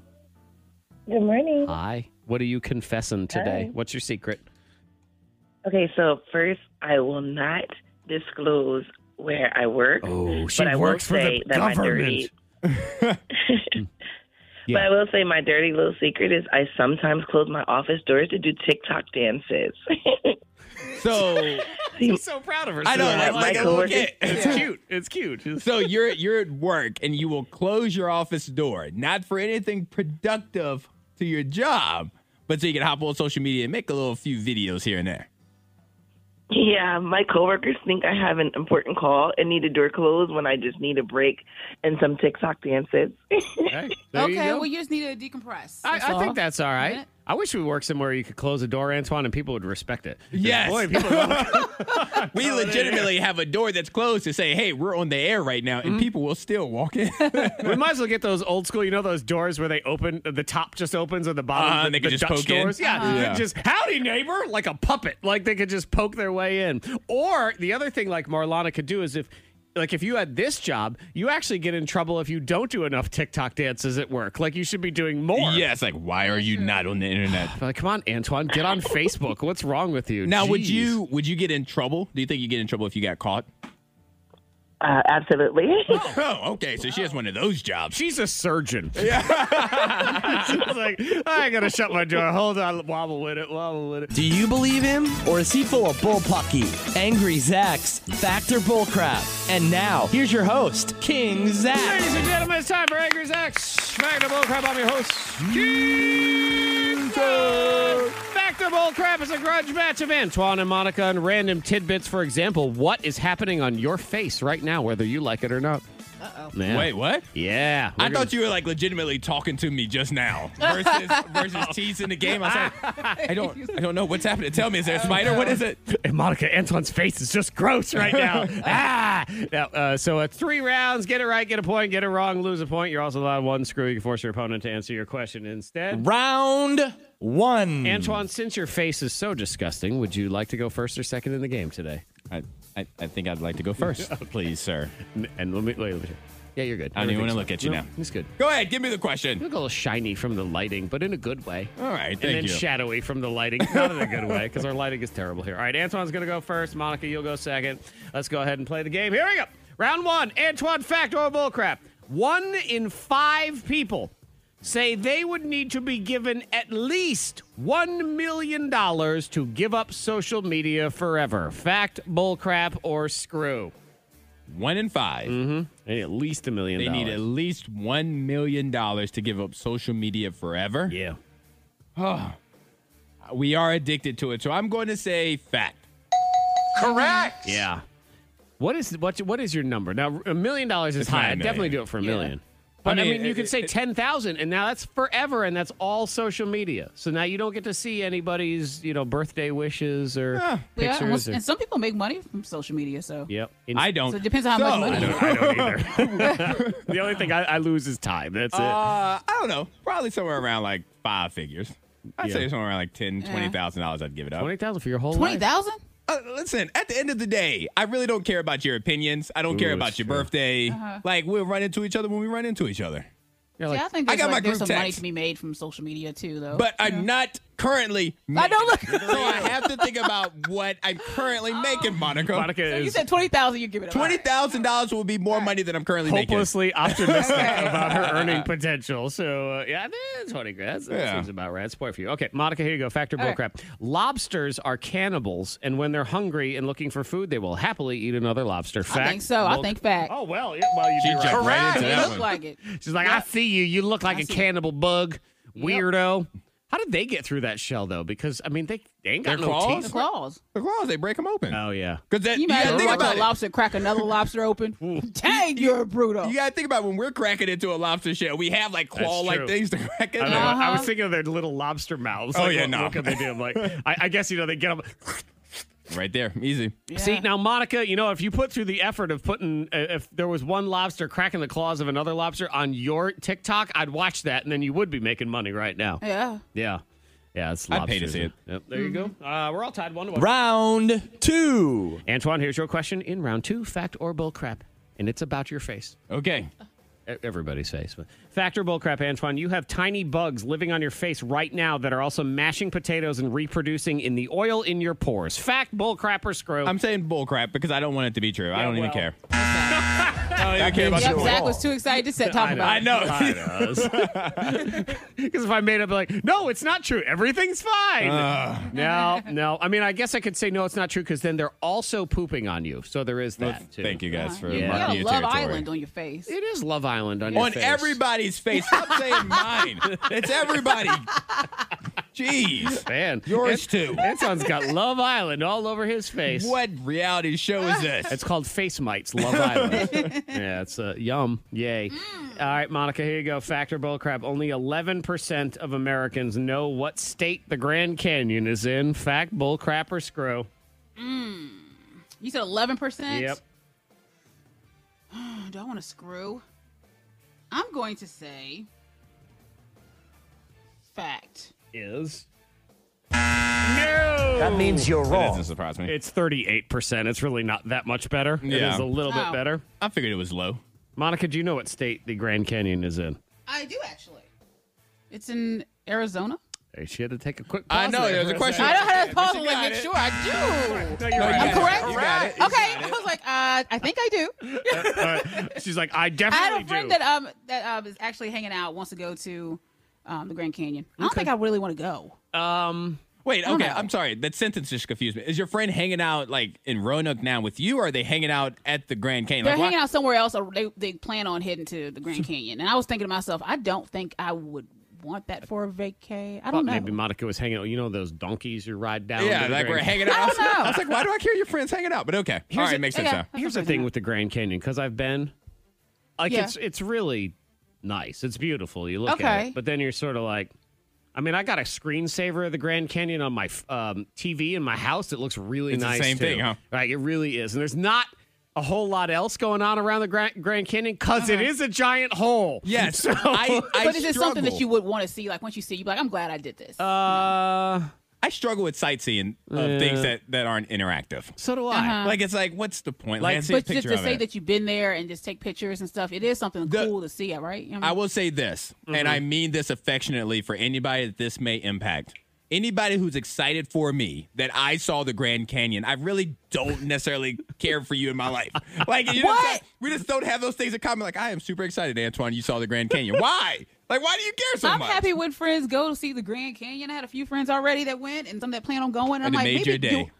[SPEAKER 10] Good morning.
[SPEAKER 1] Hi. What are you confessing today? What's your secret?
[SPEAKER 10] Okay, so first, I will not disclose where I work.
[SPEAKER 1] Oh,
[SPEAKER 10] but I will say that My dirty, But I will say my dirty little secret is I sometimes close my office doors to do TikTok dances.
[SPEAKER 2] So
[SPEAKER 1] I'm so proud of her.
[SPEAKER 2] I know,
[SPEAKER 1] Sarah.
[SPEAKER 2] like, like,
[SPEAKER 10] my
[SPEAKER 2] I look
[SPEAKER 10] coworkers-
[SPEAKER 2] at-
[SPEAKER 1] It's cute. It's cute. It's-
[SPEAKER 2] So you're you're at work and you will close your office door, not for anything productive to your job, but so you can hop on social media and make a little few videos here and there.
[SPEAKER 10] yeah, my coworkers think I have an important call and need a door closed when I just need a break and some TikTok dances.
[SPEAKER 1] Hey, there you
[SPEAKER 3] Okay,
[SPEAKER 1] go.
[SPEAKER 3] well, you just need to decompress.
[SPEAKER 1] I, I
[SPEAKER 3] all.
[SPEAKER 1] think that's all right.
[SPEAKER 3] Yeah.
[SPEAKER 1] I wish we worked somewhere you could close a door, Antoine, and people would respect it. 'Cause,
[SPEAKER 2] Yes.
[SPEAKER 1] Boy, people don't-
[SPEAKER 2] We legitimately have a door that's closed to say, "Hey, we're on the air right now," and people will still walk in.
[SPEAKER 1] we might as well get those old school, you know, those doors where they open, the top just opens or the bottom.
[SPEAKER 2] Uh,
[SPEAKER 1] the,
[SPEAKER 2] and they
[SPEAKER 1] the
[SPEAKER 2] could just
[SPEAKER 1] Dutch
[SPEAKER 2] poke in?
[SPEAKER 1] doors. Yeah,
[SPEAKER 2] Uh-huh.
[SPEAKER 1] they
[SPEAKER 2] Yeah.
[SPEAKER 1] just howdy neighbor, like a puppet. Like they could just poke their way in. Or the other thing, like Marlana could do, is if. Like if you had this job, you actually get in trouble if you don't do enough TikTok dances at work. Like you should be doing more.
[SPEAKER 2] yeah, it's like, why are you not on the internet?
[SPEAKER 1] Like, come on, Antoine, get on Facebook. What's wrong with you?
[SPEAKER 2] Now, would
[SPEAKER 1] Jeez.
[SPEAKER 2] you would you get in trouble? Do you think you get in trouble if you got caught?
[SPEAKER 10] uh, absolutely.
[SPEAKER 2] Oh, okay. So she has one of those jobs.
[SPEAKER 1] She's a surgeon. Yeah. like, I gotta shut my door. Hold on, wobble with it, wobble with it.
[SPEAKER 11] Do you believe him? Or is he full of bullpucky? Angry Zach's Factor Bullcrap. And now, here's your host, King Zach.
[SPEAKER 1] Ladies and gentlemen, it's time for Angry Zach's Back to Bullcrap. I'm your host, Keith Zach. Back to Bullcrap is a grudge match of Antoine and Monica and random tidbits. For example, what is happening on your face right now, whether you like it or not? Uh-oh.
[SPEAKER 2] Wait, what?
[SPEAKER 1] Yeah.
[SPEAKER 2] I thought you were like legitimately talking to me just now versus versus teasing the game. I was like, I don't I don't know what's happening. Tell me, is there a spider? What is it?
[SPEAKER 1] And Monica, Antoine's face is just gross right now. ah! Now, uh, so uh, three rounds. Get it right, get a point. Get it wrong, lose a point. You're also allowed one screw. You can force your opponent to answer your question instead.
[SPEAKER 11] Round one.
[SPEAKER 1] Antoine, since your face is so disgusting, would you like to go first or second in the game today?
[SPEAKER 2] I, I, I think I'd like to go first, please, sir.
[SPEAKER 1] N- And let me wait. Let me yeah, you're good.
[SPEAKER 2] I don't even
[SPEAKER 1] Everything's
[SPEAKER 2] wanna look
[SPEAKER 1] fine.
[SPEAKER 2] at you
[SPEAKER 1] No,
[SPEAKER 2] now.
[SPEAKER 1] It's good.
[SPEAKER 2] Go ahead, give me the question.
[SPEAKER 1] Look a little shiny from the lighting, but in a good way.
[SPEAKER 2] All right,
[SPEAKER 1] and then
[SPEAKER 2] thank you.
[SPEAKER 1] shadowy from the lighting. Not in a good way, because our lighting is terrible here. All right, Antoine's going to go first. Monica, you'll go second. Let's go ahead and play the game. Here we go. Round one Antoine fact or bullcrap. One in five people say they would need to be given at least $1 million to give up social media forever. Fact, bullcrap, or screw?
[SPEAKER 2] One in 5
[SPEAKER 1] Mm-hmm. At least a million
[SPEAKER 2] They need
[SPEAKER 1] dollars.
[SPEAKER 2] at least one million dollars to give up social media forever.
[SPEAKER 1] Yeah.
[SPEAKER 2] Oh, we are addicted to it. So I'm going to say fact.
[SPEAKER 1] Correct. Yeah. What is what? What is your number now? A million dollars is
[SPEAKER 2] It's not
[SPEAKER 1] high.
[SPEAKER 2] a
[SPEAKER 1] I'd definitely
[SPEAKER 2] million.
[SPEAKER 1] do it for a
[SPEAKER 2] Yeah.
[SPEAKER 1] million. But I
[SPEAKER 2] I
[SPEAKER 1] mean,
[SPEAKER 2] mean,
[SPEAKER 1] you
[SPEAKER 2] it-
[SPEAKER 1] could say
[SPEAKER 2] it-
[SPEAKER 1] ten thousand, and now that's forever, and that's all social media. So now you don't get to see anybody's, you know, birthday wishes or
[SPEAKER 3] Yeah, and
[SPEAKER 1] pictures.
[SPEAKER 3] most-
[SPEAKER 1] or-
[SPEAKER 3] and some people make money from social media, so
[SPEAKER 1] yep.
[SPEAKER 2] I don't.
[SPEAKER 3] So it depends on how much money.
[SPEAKER 1] I don't either. the only thing I, I lose is time. That's it.
[SPEAKER 2] Uh, I don't know. Probably somewhere around like five figures. I'd
[SPEAKER 1] Yeah.
[SPEAKER 2] say somewhere around like ten,
[SPEAKER 3] Yeah.
[SPEAKER 2] twenty thousand dollars. I'd give it up.
[SPEAKER 1] Twenty thousand for your whole
[SPEAKER 3] Twenty
[SPEAKER 1] life.
[SPEAKER 3] thousand?
[SPEAKER 2] Uh, listen, at the end of the day, I really don't care about your opinions. I don't
[SPEAKER 1] Ooh,
[SPEAKER 2] care
[SPEAKER 1] that's
[SPEAKER 2] about your
[SPEAKER 1] true.
[SPEAKER 2] birthday.
[SPEAKER 3] Uh-huh.
[SPEAKER 2] Like we'll run into each other when we run into each other.
[SPEAKER 1] You're
[SPEAKER 3] Yeah, I
[SPEAKER 1] like,
[SPEAKER 3] think
[SPEAKER 2] I
[SPEAKER 3] there's,
[SPEAKER 2] got
[SPEAKER 3] like,
[SPEAKER 2] my
[SPEAKER 3] there's
[SPEAKER 2] group
[SPEAKER 3] some money
[SPEAKER 2] text.
[SPEAKER 3] to be made from social media too, though.
[SPEAKER 2] But I'm not currently.
[SPEAKER 3] I
[SPEAKER 2] Making,
[SPEAKER 3] don't look.
[SPEAKER 2] so I have to think about what I'm currently making, Monica.
[SPEAKER 1] Monica
[SPEAKER 3] you
[SPEAKER 1] is
[SPEAKER 3] said twenty thousand. You give it up.
[SPEAKER 2] Twenty thousand dollars will be more money than I'm currently making.
[SPEAKER 1] hopelessly optimistic about her earning potential. So uh, yeah, eh, twenty grand that
[SPEAKER 2] Yeah.
[SPEAKER 1] seems about right. It's point for you. Okay, Monica, here you go. Factor
[SPEAKER 3] All right.
[SPEAKER 1] bullcrap. Lobsters are cannibals, and when they're hungry and looking for food, they will happily eat another lobster. Fact.
[SPEAKER 3] I think so. I
[SPEAKER 1] bull-
[SPEAKER 3] think fact.
[SPEAKER 1] Oh well, yeah, well you
[SPEAKER 2] She
[SPEAKER 1] do right.
[SPEAKER 2] jumped right into
[SPEAKER 3] It
[SPEAKER 2] that
[SPEAKER 3] looked
[SPEAKER 2] one.
[SPEAKER 3] like it.
[SPEAKER 1] She's like, I see you. You look like a cannibal bug, weirdo. How did they get through that shell though? Because I mean, they, they ain't got
[SPEAKER 2] Their
[SPEAKER 1] no
[SPEAKER 2] claws?
[SPEAKER 3] The
[SPEAKER 1] teeth.
[SPEAKER 3] claws.
[SPEAKER 2] The claws they break them open.
[SPEAKER 1] Oh yeah.
[SPEAKER 2] Cause that,
[SPEAKER 3] You
[SPEAKER 2] you, gotta
[SPEAKER 3] might as well
[SPEAKER 2] think
[SPEAKER 3] watch
[SPEAKER 2] about
[SPEAKER 3] a
[SPEAKER 2] it.
[SPEAKER 3] lobster crack another lobster open. Dang, you're a brutal.
[SPEAKER 2] You gotta think about when we're cracking into a lobster shell, we have like claw
[SPEAKER 1] true.
[SPEAKER 2] like things to crack into.
[SPEAKER 1] I, know. I was
[SPEAKER 3] Uh-huh.
[SPEAKER 1] thinking of their little lobster mouths.
[SPEAKER 2] Oh,
[SPEAKER 1] Like,
[SPEAKER 2] yeah,
[SPEAKER 1] what,
[SPEAKER 2] no.
[SPEAKER 1] What could they do? I'm like, I, I guess you know they get them.
[SPEAKER 2] Right there, easy.
[SPEAKER 3] Yeah.
[SPEAKER 1] See now, Monica, you know if you put through the effort of putting, uh, if there was one lobster cracking the claws of another lobster on your TikTok, I'd watch that, and then you would be making money right now.
[SPEAKER 3] Yeah.
[SPEAKER 1] Yeah, yeah, it's
[SPEAKER 2] I'd pay to
[SPEAKER 1] lobsters.
[SPEAKER 2] see it.
[SPEAKER 1] Yep, there you go. Uh, we're all tied one to one.
[SPEAKER 11] Round two.
[SPEAKER 1] Antoine, here's your question in round two: fact or bull crap, and it's about your face.
[SPEAKER 2] Okay.
[SPEAKER 1] E- Everybody's face. But fact or bull crap, Antoine? You have tiny bugs living on your face right now that are also mashing potatoes and reproducing in the oil in your pores. Fact, bull crap, or screw?
[SPEAKER 2] I'm saying bull crap because I don't want it to be true. I don't
[SPEAKER 1] well.
[SPEAKER 2] even care. I don't even care about
[SPEAKER 3] Yep,
[SPEAKER 2] your-
[SPEAKER 3] Zach was too excited to set talk
[SPEAKER 2] I
[SPEAKER 3] about. it.
[SPEAKER 2] know.
[SPEAKER 1] Because if I made up like, no, it's not true. Everything's fine.
[SPEAKER 2] Uh.
[SPEAKER 1] no, no. I mean, I guess I could say no, it's not true because then they're also pooping on you. So there is that. too.
[SPEAKER 2] Thank you guys for
[SPEAKER 1] Yeah.
[SPEAKER 2] marking your
[SPEAKER 3] You got a Love
[SPEAKER 2] territory.
[SPEAKER 3] Island on your face.
[SPEAKER 1] It is Love Island on, your
[SPEAKER 2] on
[SPEAKER 1] face.
[SPEAKER 2] everybody's face. Stop saying mine. It's everybody. Jeez.
[SPEAKER 1] man.
[SPEAKER 2] Yours too.
[SPEAKER 1] Anton's got Love Island all over his face.
[SPEAKER 2] What reality show is this?
[SPEAKER 1] It's called Face Mites Love Island. yeah, it's uh, yum. Yay.
[SPEAKER 3] Mm.
[SPEAKER 1] All right, Monica, here you go. Factor bull crap. Only 11% of Americans know what state the Grand Canyon is in. Fact, bull crap, or screw?
[SPEAKER 3] You said eleven percent. Oh,
[SPEAKER 1] Yep.
[SPEAKER 3] Do I want to screw? I'm going to say fact.
[SPEAKER 1] Is. No!
[SPEAKER 11] That means you're
[SPEAKER 2] That doesn't
[SPEAKER 11] wrong.
[SPEAKER 2] surprise me.
[SPEAKER 1] It's 38%. It's really not that much better. It
[SPEAKER 2] Yeah.
[SPEAKER 1] is a little bit
[SPEAKER 3] Oh.
[SPEAKER 1] better.
[SPEAKER 2] I figured it was low.
[SPEAKER 1] Monica, do you know what state the Grand Canyon is in?
[SPEAKER 3] I do actually. It's in Arizona.
[SPEAKER 1] Hey, She had to take a quick pause.
[SPEAKER 2] I know.
[SPEAKER 1] there
[SPEAKER 2] There's
[SPEAKER 1] for
[SPEAKER 2] a question.
[SPEAKER 3] I don't have
[SPEAKER 2] Yeah,
[SPEAKER 3] to
[SPEAKER 2] but
[SPEAKER 3] pause
[SPEAKER 2] you
[SPEAKER 3] and like,
[SPEAKER 2] got
[SPEAKER 3] make
[SPEAKER 2] it.
[SPEAKER 3] sure I do.
[SPEAKER 1] No, you're right.
[SPEAKER 3] I'm correct.
[SPEAKER 2] You got it. You
[SPEAKER 3] Okay, I was like, uh, I think I do.
[SPEAKER 1] She's like, I
[SPEAKER 3] I
[SPEAKER 1] definitely
[SPEAKER 3] had a friend
[SPEAKER 1] do.
[SPEAKER 3] that um that um, is actually hanging out wants to go to um, the Grand Canyon. I don't think I really want to go.
[SPEAKER 1] um,
[SPEAKER 2] Wait, okay.
[SPEAKER 3] know.
[SPEAKER 2] I'm sorry. That sentence just confused me. Is your friend hanging out like in Roanoke now with you, or are they hanging out at the Grand Canyon?
[SPEAKER 3] They're
[SPEAKER 2] Like, why-
[SPEAKER 3] hanging out somewhere else. Or they they plan on heading to the Grand Canyon. And I was thinking to myself, I don't think I would want that for a vacay. I
[SPEAKER 1] thought
[SPEAKER 3] don't know.
[SPEAKER 1] maybe Monica was hanging out. You know those donkeys you ride down?
[SPEAKER 2] Yeah,
[SPEAKER 1] to the
[SPEAKER 2] like we're
[SPEAKER 1] Grand-
[SPEAKER 2] hanging out.
[SPEAKER 3] I don't know.
[SPEAKER 2] I was like, why do I care your friends hanging out? But okay. All right,
[SPEAKER 1] a-
[SPEAKER 2] makes sense
[SPEAKER 3] okay.
[SPEAKER 2] now.
[SPEAKER 1] Here's the thing with the Grand Canyon because I've been, like
[SPEAKER 3] Yeah.
[SPEAKER 1] it's it's really nice. It's beautiful. You look at
[SPEAKER 3] Okay.
[SPEAKER 1] it, but then you're sort of like, I mean, I got a screensaver of the Grand Canyon on my f- um, TV in my house. It looks really
[SPEAKER 2] It's the
[SPEAKER 1] nice.
[SPEAKER 2] same
[SPEAKER 1] too.
[SPEAKER 2] thing, huh?
[SPEAKER 1] Like it really is. And there's not. A whole lot else going on around the Grand, Grand Canyon because
[SPEAKER 3] Uh-huh.
[SPEAKER 1] is a giant hole.
[SPEAKER 2] Yes.
[SPEAKER 1] So,
[SPEAKER 2] I, I
[SPEAKER 3] but is it something that
[SPEAKER 2] struggle.
[SPEAKER 3] you would want to see? Like once you see, it, you'd be like, I'm glad I did this.
[SPEAKER 1] uh,
[SPEAKER 2] I struggle with sightseeing of things that, that aren't interactive.
[SPEAKER 1] so do I.
[SPEAKER 3] Uh-huh.
[SPEAKER 2] Like it's like, what's the point?
[SPEAKER 1] Like,
[SPEAKER 2] Like, I see a
[SPEAKER 3] Uh. but just
[SPEAKER 2] picture
[SPEAKER 3] to
[SPEAKER 2] of
[SPEAKER 3] say
[SPEAKER 2] it.
[SPEAKER 3] that you've been there and just take pictures and stuff, it is something
[SPEAKER 2] The-
[SPEAKER 3] cool to see, right? You know what I
[SPEAKER 2] I
[SPEAKER 3] mean?
[SPEAKER 1] Mm-hmm.
[SPEAKER 2] will say this, and I mean this affectionately for anybody that this may impact. anybody who's excited for me that I saw the Grand Canyon, I really don't necessarily care for you in my life. Like, you know, what? I'm saying? we just don't have those things in common. Like, I am super excited, Antoine. You saw the Grand Canyon. Why? Like, why do you care so
[SPEAKER 3] I'm
[SPEAKER 2] much?
[SPEAKER 3] happy when friends go to see the Grand Canyon. I had a few friends already that went and some that plan on going. And, I'm
[SPEAKER 2] it
[SPEAKER 3] like,
[SPEAKER 2] made
[SPEAKER 3] maybe
[SPEAKER 2] your day.
[SPEAKER 3] do-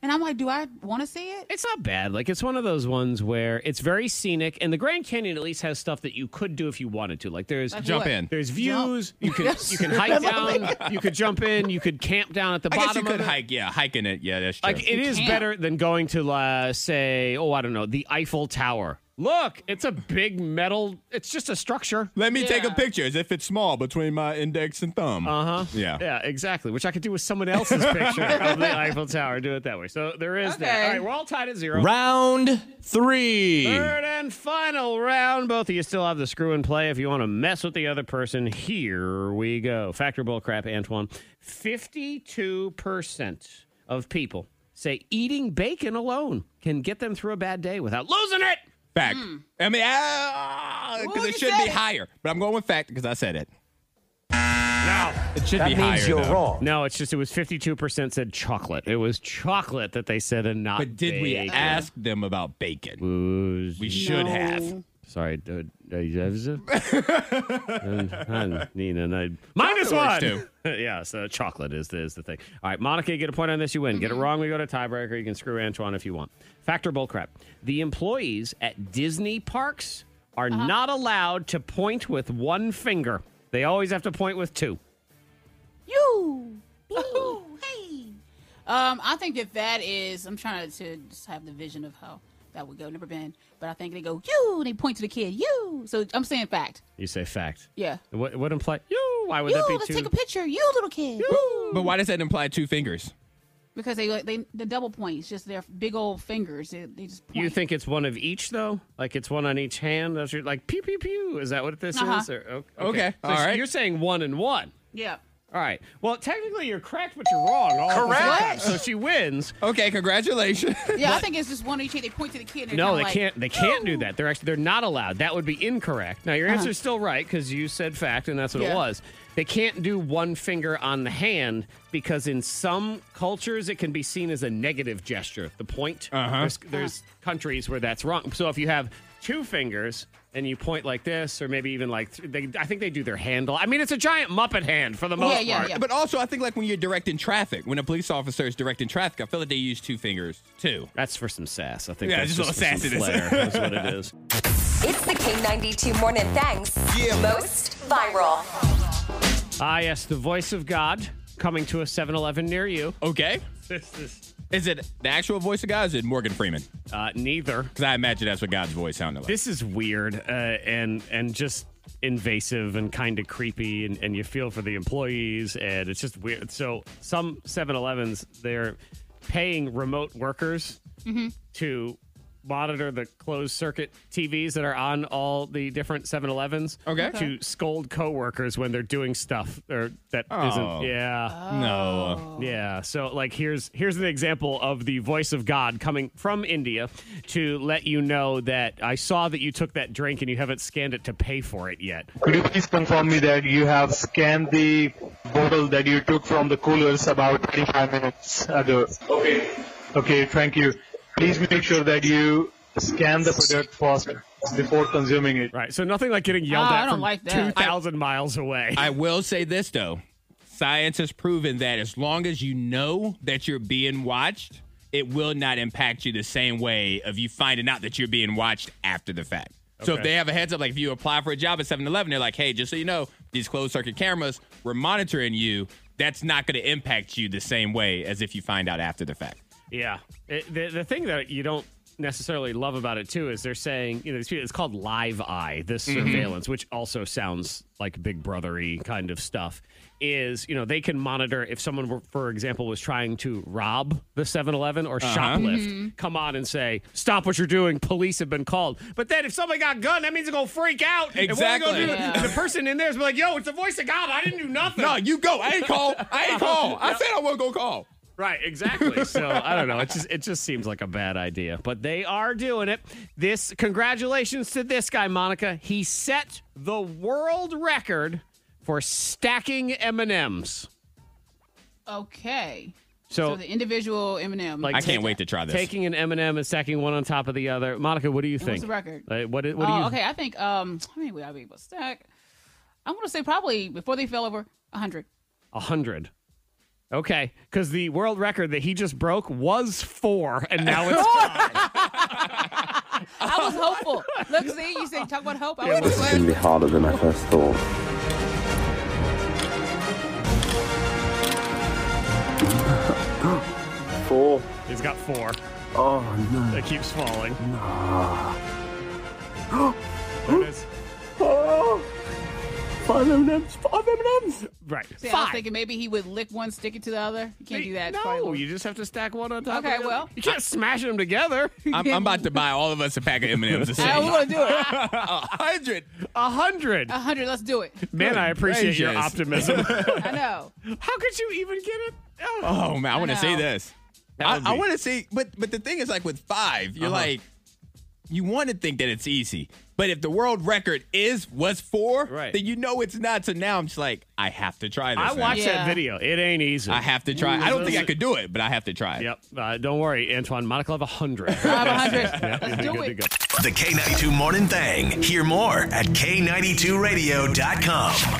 [SPEAKER 3] and I'm like, do I want to see it?
[SPEAKER 1] It's not bad. Like it's one of those ones where it's very scenic, and the Grand Canyon at least has stuff that you could do if you wanted to. Like there's
[SPEAKER 2] Like Jump what? in.
[SPEAKER 1] there's views. You can
[SPEAKER 2] Yes.
[SPEAKER 1] you can hike down. You could jump in. You could camp down at the
[SPEAKER 2] I
[SPEAKER 1] bottom.
[SPEAKER 2] guess you
[SPEAKER 1] of
[SPEAKER 2] could
[SPEAKER 1] it.
[SPEAKER 2] hike. Yeah, hiking it. Yeah, that's true.
[SPEAKER 1] Like it is better than going to uh, say, oh, I don't know, the Eiffel Tower. Look, it's a big metal. It's just a structure.
[SPEAKER 2] Let me take a picture as if it's small between my index and thumb.
[SPEAKER 1] Uh huh.
[SPEAKER 2] Yeah.
[SPEAKER 1] Yeah, exactly. Which I could do with someone else's picture of the Eiffel Tower. Do it that way. So there is that. All right, we're all tied at zero.
[SPEAKER 12] Round three.
[SPEAKER 1] Third and final round. Both of you still have the screw in play. If you want to mess with the other person, here we go. Factor bull crap, Antoine. 52% of people say eating bacon alone can get them through a bad day without losing it.
[SPEAKER 2] Fact. I mean, because it should be higher. But I'm going with fact because I said it. No, it should be higher. though.
[SPEAKER 1] No, it's just it was 52% said chocolate. It was chocolate that they said and not
[SPEAKER 2] But did we
[SPEAKER 1] bacon.
[SPEAKER 2] ask them about bacon? We should have.
[SPEAKER 1] Sorry, dude. Nina and I minus one.
[SPEAKER 2] Chocolate works,
[SPEAKER 1] yeah, so chocolate is the, is the thing. All right, Monica, you get a point on this. You win. Get it
[SPEAKER 3] Mm-hmm.
[SPEAKER 1] wrong, we go to tiebreaker. You can screw Antoine if you want. Factor bull crap. The employees at Disney parks are
[SPEAKER 3] Uh-huh.
[SPEAKER 1] not allowed to point with one finger. They always have to point with two.
[SPEAKER 3] You. Woo. hey. Oh. Um, I think that that is. I'm trying to just have the vision of how that would go. Never been, but I think they go you. And they point to the kid you. So I'm saying fact.
[SPEAKER 1] You say fact.
[SPEAKER 3] Yeah.
[SPEAKER 1] What what imply? You. Why would
[SPEAKER 3] you.
[SPEAKER 1] that be
[SPEAKER 3] let's
[SPEAKER 1] two?
[SPEAKER 3] take a picture. You little kid.
[SPEAKER 2] But why does that imply two fingers?
[SPEAKER 3] Because they they the double points, just their big old fingers. They, they just point.
[SPEAKER 1] You think it's one of each though? Like it's one on each hand? That's your, like pew pew pew. Is that what this
[SPEAKER 3] Uh-huh.
[SPEAKER 1] is? Or, o-
[SPEAKER 2] Okay,
[SPEAKER 1] So
[SPEAKER 2] all
[SPEAKER 1] s-
[SPEAKER 2] right.
[SPEAKER 1] You're saying one and one.
[SPEAKER 3] yeah.
[SPEAKER 1] All right. Well, technically you're correct, but you're wrong. all at the same
[SPEAKER 3] Correct.
[SPEAKER 1] time. So she wins.
[SPEAKER 2] Okay, congratulations.
[SPEAKER 3] Yeah, I think it's just one of each. They point to the kid. And they're
[SPEAKER 1] No,
[SPEAKER 3] kinda
[SPEAKER 1] they
[SPEAKER 3] like,
[SPEAKER 1] can't. They can't do that. They're actually they're not allowed. That would be incorrect. Now your
[SPEAKER 3] Uh-huh.
[SPEAKER 1] answer is still right because you said fact, and that's what it
[SPEAKER 3] Yeah.
[SPEAKER 1] was. They can't do one finger on the hand because in some cultures it can be seen as a negative gesture. The point.
[SPEAKER 2] Uh-huh.
[SPEAKER 1] There's, there's countries where that's wrong. So if you have two fingers and you point like this, or maybe even like th- they, I think they do their handle. I mean, it's a giant Muppet hand for the most part.
[SPEAKER 2] But also, I think like when you're directing traffic, when a police officer is directing traffic, I feel like they use two fingers too.
[SPEAKER 1] That's for some sass. I think
[SPEAKER 2] Yeah,
[SPEAKER 1] that's
[SPEAKER 2] just a
[SPEAKER 1] just
[SPEAKER 2] little
[SPEAKER 1] for some
[SPEAKER 2] sassiness.
[SPEAKER 1] flair. That's what it is.
[SPEAKER 4] It's the K92 Morning Thanks most viral.
[SPEAKER 1] Ah, yes, the voice of God coming to a 7 Eleven near you.
[SPEAKER 2] Okay. Is it the actual voice of God? Or is it Morgan Freeman?
[SPEAKER 1] Uh, neither. Because
[SPEAKER 2] I imagine that's what God's voice sounded like.
[SPEAKER 1] This is weird uh, and and just invasive and kind of creepy, and, and you feel for the employees, and it's just weird. So, some 7 Elevens, they're paying remote workers to monitor the closed circuit TVs that are on all the different 7-Elevens.
[SPEAKER 2] Okay.
[SPEAKER 1] To scold coworkers when they're doing stuff or that
[SPEAKER 2] Oh.
[SPEAKER 1] not yeah.
[SPEAKER 2] No.
[SPEAKER 1] Yeah. So like here's here's an example of the voice of God coming from India to let you know that I saw that you took that drink and you haven't scanned it to pay for it yet.
[SPEAKER 7] Could you please confirm me that you have scanned the bottle that you took from the coolers about 25 minutes ago? Okay. Okay, thank you. Please make sure that you scan the product first before consuming it.
[SPEAKER 1] Right. So nothing like getting yelled
[SPEAKER 3] Ah, I
[SPEAKER 1] at
[SPEAKER 3] don't
[SPEAKER 1] from
[SPEAKER 3] like that.
[SPEAKER 1] 2000 miles away.
[SPEAKER 2] I will say this though. Science has proven that as long as you know that you're being watched, it will not impact you the same way of you finding out that you're being watched after the fact. So if
[SPEAKER 1] Okay.
[SPEAKER 2] they have a heads up, like if you apply for a job at 7-Eleven, they're like, hey, just so you know, these closed circuit cameras, we're monitoring you. That's not going to impact you the same way as if you find out after the fact.
[SPEAKER 1] Yeah. It- the, the thing that you don't necessarily love about it too is they're saying you know these people- it's called live eye this
[SPEAKER 2] Mhm.
[SPEAKER 1] surveillance which also sounds like big brothery kind of stuff is you know they can monitor if someone were, for example was trying to rob the 7-eleven or
[SPEAKER 2] Uh-huh.
[SPEAKER 1] shoplift
[SPEAKER 2] Mhm.
[SPEAKER 1] come on and say stop what you're doing police have been called but then if somebody got gunned that means they're gonna freak out And what are they gonna
[SPEAKER 2] Exactly.
[SPEAKER 1] do?
[SPEAKER 2] Yeah.
[SPEAKER 1] the person in there is like yo it's the voice of god i didn't do nothing
[SPEAKER 2] No, you go. I ain't call. I ain't call. I said I won't go call.
[SPEAKER 1] Right, exactly. So I don't know. It just it just seems like a bad idea, but they are doing it. This congratulations to this guy, Monica. He set the world record for stacking M and M's.
[SPEAKER 3] Okay.
[SPEAKER 1] So-
[SPEAKER 3] So, the individual Eminem.
[SPEAKER 1] Like take- Taking an M and M and stacking one on top of the other. Monica, what do you
[SPEAKER 3] And what's
[SPEAKER 1] think?
[SPEAKER 3] the record?
[SPEAKER 1] Like, what? i- What do
[SPEAKER 3] oh,
[SPEAKER 1] you?
[SPEAKER 3] okay. I think um, I mean, would I be able to stack? I'm gonna say probably before they fell over, hundred.
[SPEAKER 1] A hundred. Okay, because the world record that he just broke was four, and now it's
[SPEAKER 3] I was hopeful. Look, see, you say talk about hope. I was
[SPEAKER 7] This is going to be harder than I first thought.
[SPEAKER 1] four. He's got four. Oh no! It keeps falling. There it is.
[SPEAKER 7] Oh, five M&Ms, five M&Ms.
[SPEAKER 1] Right.
[SPEAKER 3] See, I was thinking maybe he would lick one, stick it to the other. You can't do that. It's probably
[SPEAKER 1] No,
[SPEAKER 3] won't.
[SPEAKER 1] you just have to stack one on top.
[SPEAKER 3] Okay,
[SPEAKER 1] of the
[SPEAKER 3] well.
[SPEAKER 1] other. you can't smash them together.
[SPEAKER 2] I'm, I'm about to buy all of us a pack of M&Ms. the same.
[SPEAKER 3] Hey, we're gonna do it.
[SPEAKER 2] A hundred.
[SPEAKER 1] A hundred.
[SPEAKER 3] A hundred. Let's do it.
[SPEAKER 1] Man, I appreciate your
[SPEAKER 2] Outrageous.
[SPEAKER 1] optimism.
[SPEAKER 3] I know.
[SPEAKER 13] How could you even get it?
[SPEAKER 2] Oh man, I want to see this. I,
[SPEAKER 1] would
[SPEAKER 2] I
[SPEAKER 1] be-
[SPEAKER 2] want to see, but but the thing is, like with five, you're
[SPEAKER 1] Uh-huh.
[SPEAKER 2] like, you want to think that it's easy, but if the world record is was four,
[SPEAKER 1] Right.
[SPEAKER 2] then you know it's not. So now I'm just like, I have to try this.
[SPEAKER 1] I
[SPEAKER 2] now.
[SPEAKER 1] watched that video. It ain't easy.
[SPEAKER 2] I have to try. I don't think I could do it, but I have to try.
[SPEAKER 1] Yep. Uh, don't worry, Antoine. Monica will have a hundred.
[SPEAKER 6] Let's
[SPEAKER 1] do it.
[SPEAKER 6] The K92 Morning Thing. Hear more at K92Radio.com.